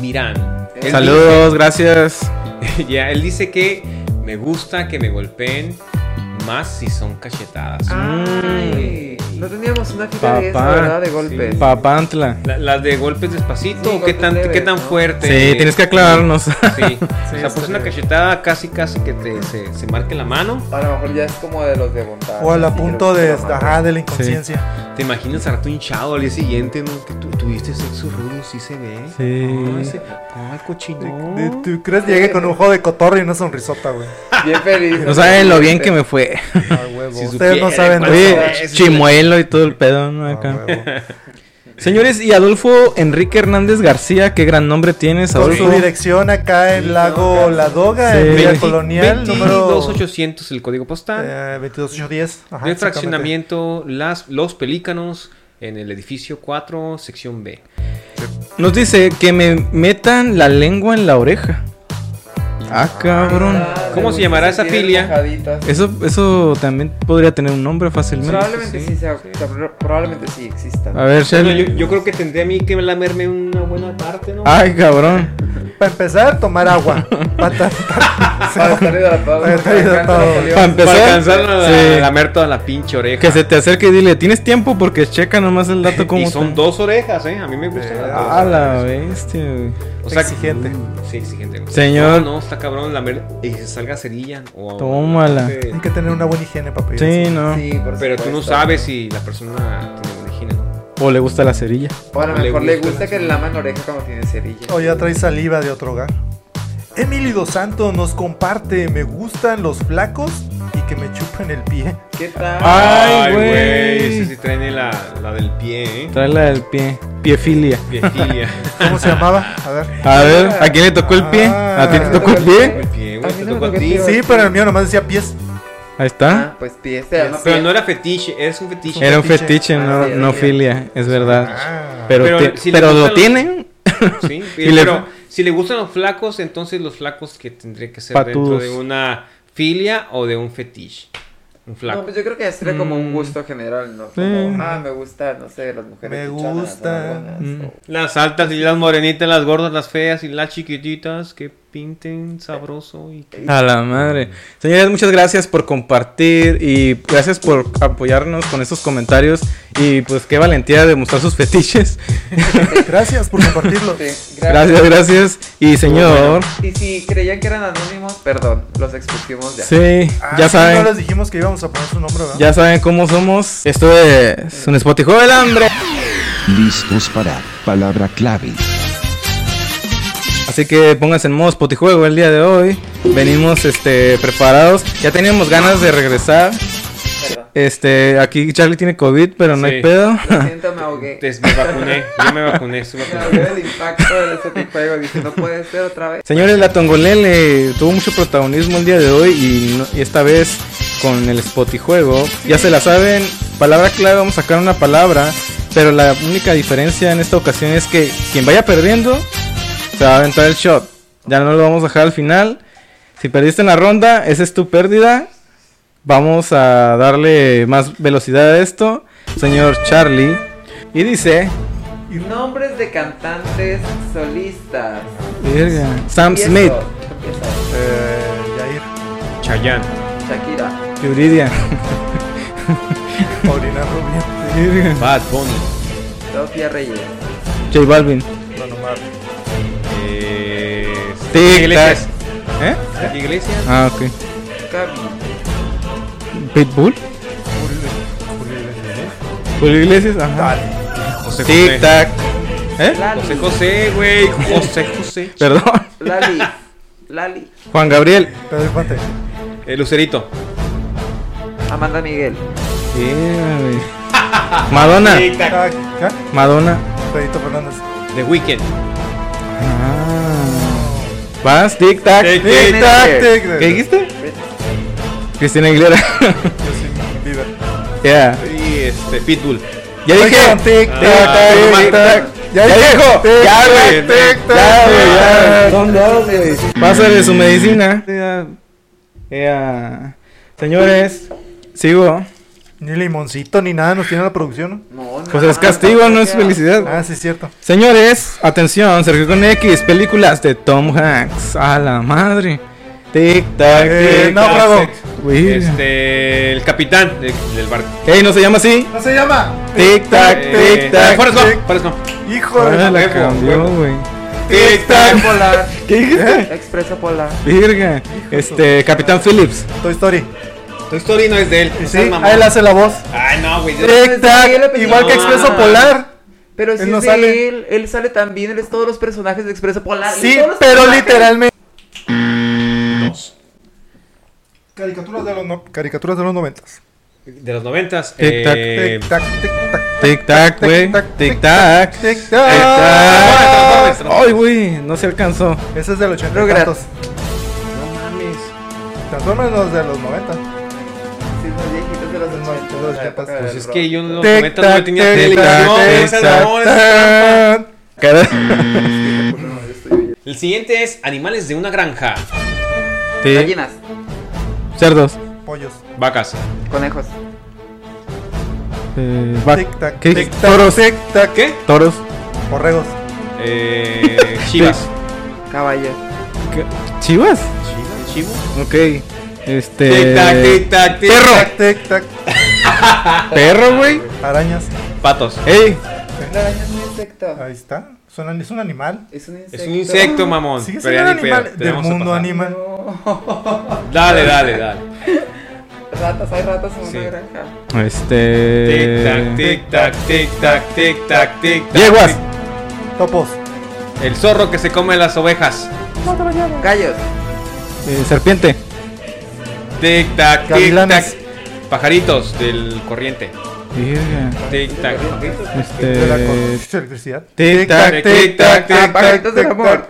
Miran. Él
Saludos, gracias.
dice- (laughs) Ya, él dice que me gusta que me golpeen más si son cachetadas.
Ay, no teníamos una fila de eso,
Mm. Papá.
¿verdad? De golpes.
Papantla.
La- las de golpes despacito,
Sí,
¿qué
golpes
tan,
leves,
qué tan
¿no?
fuerte?
Sí, tienes que aclararnos.
Sí.
(laughs)
o sea, pues una cachetada casi, casi que te, se, se marque la mano.
A lo mejor ya es como de los de montar.
O a la punto de, ajá, de la inconsciencia.
Te imaginas harto hinchado al día siguiente, ¿no? Que tú tuviste sexo rudo, sí se ve.
Sí.
No, ese- ay, cochino.
De- ¿Tú crees que llegue con un juego de cotorro y una sonrisota,
(laughs)
güey?
Bien feliz.
No saben lo bien que me fue.
Ah, huevo.
Si
Ustedes no
supieran
saben
cuánto
de
(laughs) Oye,
eso.
es-
chimuelo y todo el pedo, ¿no?
Ah,
Acá.
huevo.
Señores, y Adolfo Enrique Hernández García, qué gran nombre tienes,
Con
Adolfo.
su dirección acá en Lago La Doga,
Sí.
en Villa
Veinti-
Colonial, número
22800 el código postal.
eh, 22810. Ajá,
de
exactamente.
fraccionamiento, las, los pelícanos en el edificio 4, sección B.
Nos dice que me metan la lengua en la oreja. Ah, cabrón.
¿Cómo se llamará esa filia?
Eso, eso también podría tener un nombre fácilmente.
Probablemente sí, sea, probablemente sí exista.
A ver,
Bueno,
Shelly. Ah,
yo, yo creo que tendría a mí que lamerme una buena parte, ¿no?
Ay, cabrón.
para empezar, tomar
(laughs)
agua. Para ta- (laughs)
Para
ta-
estar hidratado.
Para estar hidratado.
Para empezar,
Para alcanzar a
sí.
lamer toda la pinche oreja.
Que se te acerque y dile, ¿tienes tiempo? Porque checa nomás el dato
(laughs)
como.
y son dos orejas, ¿eh? A mí me gusta.
Eh,
A la bestia, güey.
o sea, mm,
exigente.
Sí, exigente.
Señor.
No, no, está cabrón lamer y se salga cerilla. o-
Tómala.
Hay que tener una buena higiene, papi.
Sí, no.
Sí, por
Pero tú no
supuesto.
sabes si la persona tiene buena higiene, ¿no?
O le gusta la cerilla.
O a lo
No le
mejor le
gusta
gusta que le laman la oreja cuando tiene cerilla.
O Oh, ya trae saliva de otro hogar. Emily Dos Santos nos comparte, me gustan los flacos y que me chupan el pie.
¿Qué tal?
Ay, güey.
Ese sí trae la, la del pie, ¿eh?
Trae la del pie. Piefilia. (laughs)
Piefilia.
¿Cómo se llamaba? A ver.
A ver, ¿a quién le tocó el pie?
Ah.
¿A ti te tocó el pie?
El pie,
A
güey.
mí
Te
no me
tocó a
tocó
ti.
el
Sí, pero el mío nomás decía pies.
Ahí está.
Ah, pues pie, se llama
Pero
pie.
no era fetiche, es un fetiche.
Era un
fetiche.
fetiche, no,
Ah, sí,
no
sí.
filia, es verdad.
Ah.
Pero,
Pero
ti-
si le
pero
gustan
lo
los-
tiene. (laughs)
Sí,
Y le-
pero si le gustan los flacos, entonces los flacos que tendría que ser dentro
Patudos.
de una filia o de un fetiche. Un
No,
flaco.
pues yo creo que ya sería como un gusto general, ¿no? Como,
Sí.
ah, me gusta, no sé, las mujeres.
Me
chichonas,
gusta.
mamalonas,
Mm.
o-
Las altas y las morenitas, las gordas, las feas y las chiquititas que pinten sabroso y que-
A la madre. Señores, muchas gracias por compartir y gracias por apoyarnos con estos comentarios. Y pues qué valentía de mostrar sus fetiches.
Gracias por compartirlo.
(laughs) Sí, gracias.
Gracias, gracias. Y señor,
Y si creían que eran anónimos, perdón, los expusimos ya.
sí,
Ah,
ya
sí, No
saben,
les dijimos que íbamos a poner su nombre, ¿verdad?
ya saben cómo somos. Esto es un Spotify del hambre.
Listos para palabra clave.
Así que pónganse en modo Spotijuego el día de hoy. Venimos este, preparados. Ya teníamos ganas de regresar.
Perdón.
Este, aquí Charlie tiene COVID, pero no
Sí.
hay pedo.
Lo siento, me ahogué.
Entonces, me vacuné. Yo me vacuné,
(laughs)
estoy
Me
vacunado.
ahogué del impacto de este juego. Dije, no puede ser otra vez.
Señores, la Tongolele tuvo mucho protagonismo el día de hoy y, no- y esta vez con el Spotijuego. Ya se la saben, palabra clave, vamos a sacar una palabra. Pero la única diferencia en esta ocasión es que quien vaya perdiendo se va a aventar el shot. Ya no lo vamos a dejar al final. Si perdiste en la ronda, esa es tu pérdida. Vamos a darle más velocidad a esto, señor Charlie. Y dice,
Nombres de cantantes solistas.
verga, Sam
Empiezo,
Smith,
empiezo.
Eh, Yair,
Chayanne.
Shakira.
Yuridia.
Paulina Rubio,
Verga.
Bad Bunny.
Sofía Reyes.
J Balvin.
Don Omar,
Eh,
Tic,
Iglesias.
¿Eh?
Enrique Iglesias.
Ah, ok.
Carmen.
Pitbull.
Julio Iglesias, Julio Iglesias.
Julio Iglesias, ajá.
Dale.
José
Tic
José.
tac. ¿Eh?
José
Lali.
José, güey.
(laughs)
José José.
Perdón.
Lali. Lali.
Juan Gabriel.
Pedro Infante,
Eh, Lucerito.
Amanda Miguel.
Yeah, güey. Madonna.
Ah, ¿ah?
Madonna.
Pedrito Fernández,
The Weeknd.
Ah. Vas, tic tac.
Tic,
tic, tac.
¿Qué dijiste? Cristina Aguilera. (laughs)
Justin Bieber,
yeah.
Y este, Pitbull.
Ya dije.
Oigan, tic,
Ah,
tac,
tic,
tic,
tac. Ya dijo. Ya, güey. Ya, güey, ya. Eh, ¿Dónde vas, güey? Pásale su medicina. Ya. Ya. Eh, ah, Señores, sigo.
Ni limoncito ni nada nos tiene la producción.
No, no.
Pues es castigo, no es felicidad.
¿no? Ah, sí, es cierto.
Señores, atención, Sergio con X, películas de Tom Hanks. A la madre. Tic tac,
Eh,
tic
náufrago.
tac. Uy.
Este, el capitán de- del barco.
Ey, no se llama así.
¿No se llama?
Tic tac,
Eh,
tic tac.
Forrest Gump,
tic.
Forrest Gump.
Hijo
Ah,
de
la
huevo,
cambió,
huevo.
güey.
Tic
Expreso Polar.
¿Qué dijiste?
Expreso Polar.
Virga. Este, Capitán Phillips.
Toy Story.
Toy Story no es de él. no
Sí,
seas mamón.
ah, él hace la voz.
Ay, no, güey.
Eh,
Dios.
Tic tac,
sí, él apellido.
igual que Expreso
Ah.
Polar.
Pero si
Él
es
no
de
sale.
él, él sale también, él es todos los personajes de Expreso Polar.
Sí,
Todos los
pero
personajes.
literalmente. Caricaturas de los no- caricaturas de los noventas.
De los noventas.
Tic, tac,
eh,
Tic tac, tic tac,
Tic tac, güey. Tic tac. Tic
tic tac.
tac.
Ah.
Ay, güey, no se alcanzó.
Ese es del 80 y
Rugrats.
tantos.
No mames.
Transformers los de los 90.
Sí, los viejitos de los
No,
ochenta,
todos los
la época
chapas.
del
Pues es
rock.
que yo en los
Tic,
noventas no
tac, tic,
tenía tele.
tac,
No,
tic,
esas
tac,
no, esas trampas. (laughs)
Cara-
El siguiente es Animales de una granja.
Tic.
Gallinas,
Cerdos.
Pollos.
Vacas.
conejos,
Eh, va-
Tic tac,
¿Qué?
tic tac,
Toros.
tic tac.
¿Qué?
Toros.
Borregos.
Eh, chivas.
Caballos.
¿Chivas?
Chivo.
Ok. Este.
Tic tac, tic tac, tic
Perro.
tac.
Tic, tac.
Perro, güey.
Arañas.
Patos.
Ey.
La araña es un insecto.
Ahí está. Es un, es un animal.
Es un insecto.
Es un insecto, mamón.
Sigue
Pero
siendo un
ya ni pedo,
animal del
tenemos que
mundo
pasar.
animal.
Dale, dale, dale.
Ratas, hay ratas en
Sí.
una granja.
Tic tac,
Este.
tic tac, tic tac, tic tac, tic tac.
Yeguas.
Topos.
tic. El zorro que se come las ovejas.
Gallos.
Eh, serpiente.
Tic tac, tic
Gavilanes.
tac. Pajaritos del corriente. Tic tac.
De la
Este.
con- electricidad.
Tic tac, tic tac,
Tic,
Ah,
tic tac.
pajaritos del amor.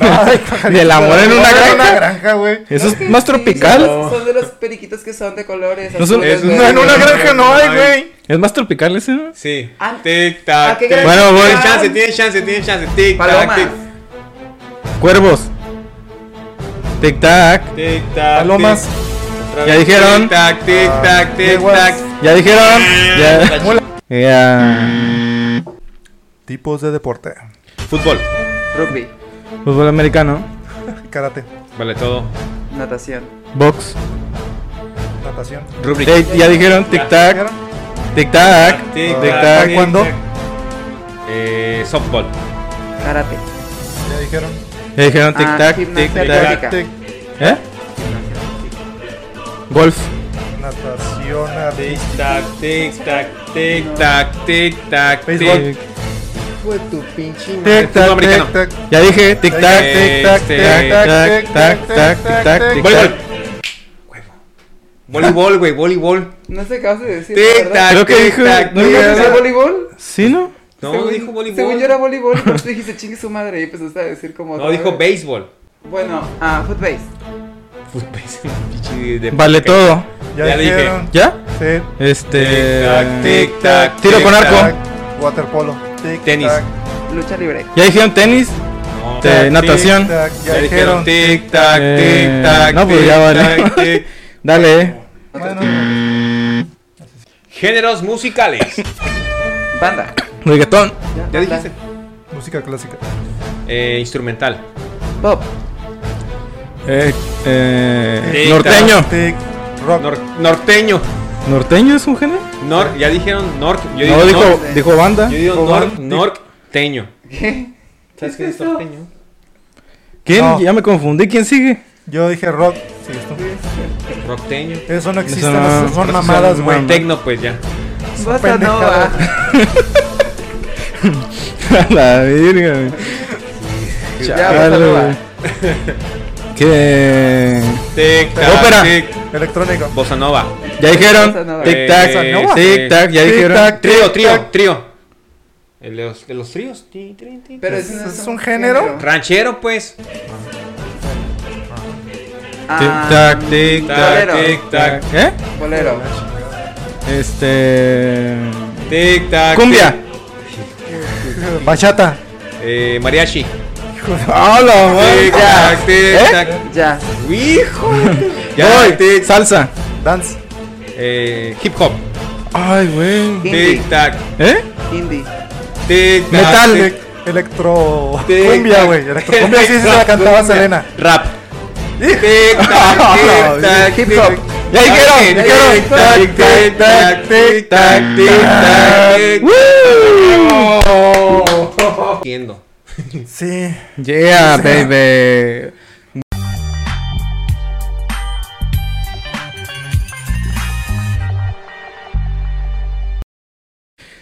Ay, pajaritos.
Del amor en una
En
granja.
una granja, güey.
Eso es más
Son
tropical.
los- Son de los periquitos que son de colores.
No son-
azules,
es-
verdes.
No, en una granja no hay, güey.
Es más tropical ese, ¿no?
Sí.
Ah,
Tic
¿a
tac.
qué
tic.
granja? Bueno, voy.
Tienen chance, tienen chance, tienen chance. Tic tac,
Palomas.
tic.
Cuervos. Tic tac.
Tic tac.
Palomas.
tic. Otra
Ya
vez.
dijeron.
Tic tac, tic tac, tic
yeguas.
tac.
Ya dijeron. Ya. Ya.
Tipos de deporte.
Fútbol.
Rugby.
Fútbol americano.
Karate.
Vale todo.
Ah. Natación.
Box.
Natación.
Rúbrica.
Eh, ya dijeron. Tic tac.
¿Vieron?
Tic tac.
Tic
Tic
tac.
tac.
Taekwondo.
Eh, softball.
Karate.
Ya dijeron.
Ya dijeron.
Ah,
Tic tac. Tic
gimnasia
tac.
aeróbica.
Tic.
¿Eh? Golf.
Natación.
Tic tac, tic tac, tic tac, tic tac.
Béisbol.
tic.
Fue tu pinche
Tic,
Fútbol americano.
tac.
Ya dije. Tic tac.
Eh,
Tic tac.
este,
Tic tac. Tic tac. Tic tac. Tic tac. Tic
Voleibol.
tac.
Huevo. Voleibol, güey, voleibol.
No sé qué acabas de decir.
Tic
¿verdad?
tac,
Creo que
tic
dijo-
tac.
no,
¿No ibas a decir
tic, tac.
voleibol?
¿Sí, no?
No,
Según-
dijo
Según yo era
voleibol.
voleibol, pero tú dijiste chingue su madre y empezaste a decir como.
No, dijo béisbol.
Bueno, ah, footbase.
Pues, (laughs)
Vale todo.
Ya,
Ya dije.
dijeron.
¿Ya?
Sí.
Este.
Tic tac.
Tiro con arco.
Tac. Waterpolo. Tic,
Tenis.
tac.
Lucha libre.
Ya dijeron tenis.
No.
Te- natación.
Tic, tac.
Ya
Ya
dijeron
dijeron.
tic tac,
Eh,
tic tac.
no, pues
tic,
ya vale. (laughs)
tac, tic.
Dale. eh.
Bueno,
Géneros musicales.
Banda.
Reggaetón.
Ya
Banda.
dijiste.
música clásica.
Eh, instrumental.
Pop.
Eh, eh,
Tic,
norteño.
Tic. Rock.
Nor- norteño.
¿Norteño es un género?
Nor, ya dijeron norc. Yo digo
No, dijo,
norc.
dijo banda.
Yo digo
dijo
norc,
ban-
norteño.
¿Qué?
¿Sabes qué es norteño?
¿Quién?
No.
Ya me confundí. ¿Quién sigue?
Yo dije rock. Sí, esto.
Norteño.
Eso no existe.
Eso
no
no-
son- son
eso
mamadas,
son
güey.
mam-
Tecno, pues ya.
Bossa nova.
A (laughs) la verga, güey.
Ya, bossa
Chale,
nova.
güey. Que.
Tic tac,
Ópera.
tic.
Electrónico.
Bossa nova.
Ya dijeron.
Bossa nova.
Tic tac.
Bossa nova.
Tic tac. Ya
Tic
dijeron.
tac.
Trío, trío,
tac.
trío. El de los, de los tríos. Ti, tri, ti.
Pero
¿Es-
ese no
es un género?
Ranchero, pues.
Tic
Ah,
tac. Tic
Tac,
tac.
Bolero.
tic tac,
¿Eh?
bolero.
Este.
tic tac.
Cumbia.
Bachata.
tic. Eh, mariachi.
¡Hola,
Tic tac, tic
¿Eh?
tac.
Ya.
Hijo. Ya,
Voy.
tic.
Salsa.
Dance.
Eh, hip hop.
Ay, güey.
Indie.
Tic tac,
¿Eh?
Indie.
tic tac.
Metal.
tic,
Elec- Electro.
Tic,
Cumbia,
tac.
güey. Electro. Cumbia sí se la cantaba Selena.
Rap. Tic tac, tic
Hip
tac.
hop.
Ya dijeron.
Tic,
Dijeron.
tac, tic tac, tic tac, tic tac, tic tac. Entiendo.
Sí.
Yeah, baby.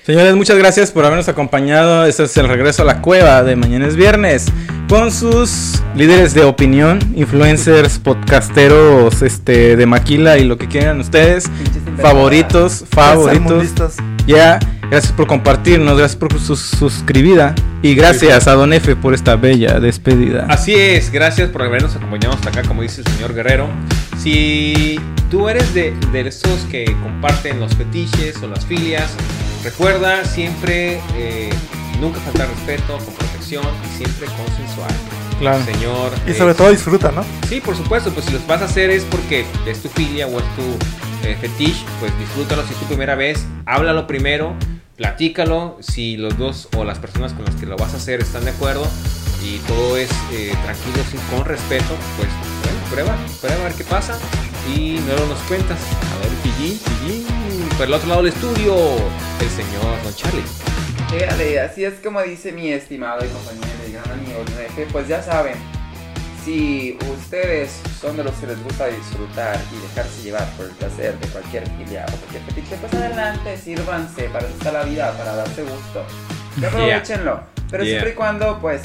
Señores, muchas gracias por habernos acompañado. Este es el regreso a la cueva de mañana es viernes con sus líderes de opinión, influencers, podcasteros, este de maquila y lo que quieran ustedes, favoritos, favoritos.
Salmundistas.
Ya, gracias por compartirnos, gracias por su suscribida y gracias a Don F por esta bella despedida.
Así es, gracias por habernos acompañado hasta acá, como dice el señor Guerrero. Si tú eres de, de esos que comparten los fetiches o las filias, recuerda siempre eh, nunca faltar respeto, con protección y siempre consensual.
Claro.
Señor.
Y
eh,
sobre todo disfruta, ¿no?
Sí, por supuesto, pues si los vas a hacer es porque es tu filia o es tu eh, fetiche, pues disfrútalo si es tu primera vez, háblalo primero, platícalo, si los dos o las personas con las que lo vas a hacer están de acuerdo y todo es eh, tranquilo, sin- con respeto, pues bueno, prueba, prueba a ver qué pasa y luego nos cuentas. A ver, pillín, pillín, por el otro lado del estudio, el señor Don Charlie.
Fíjate, así es como dice mi estimado y compañero y gran amigo Nefe, pues ya saben, si ustedes son de los que les gusta disfrutar y dejarse llevar por el placer de cualquier filia o cualquier fetiche, pues adelante, sírvanse, para eso está la vida, para darse gusto. Y Aprovechenlo, pero
Yeah.
siempre y cuando, pues,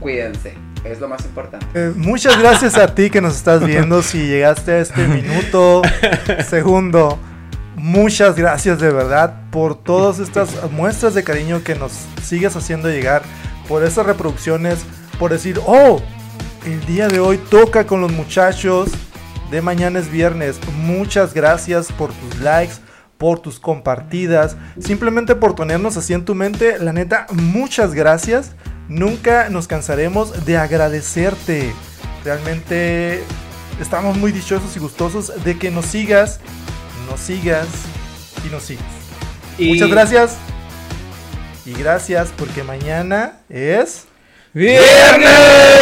cuídense, es lo más importante.
Eh, muchas gracias a ti que nos estás viendo. Si llegaste a este minuto, segundo, muchas gracias de verdad por todas estas muestras de cariño que nos sigues haciendo llegar, por esas reproducciones, por decir, oh, el día de hoy toca con los muchachos, de mañana es viernes. Muchas gracias por tus likes. Por tus compartidas, simplemente por tenernos así en tu mente, la neta, muchas gracias. Nunca nos cansaremos de agradecerte. Realmente estamos muy dichosos y gustosos de que nos sigas, nos sigas y nos sigas.
Y-
Muchas gracias. Y gracias porque mañana es...
¡Viernes!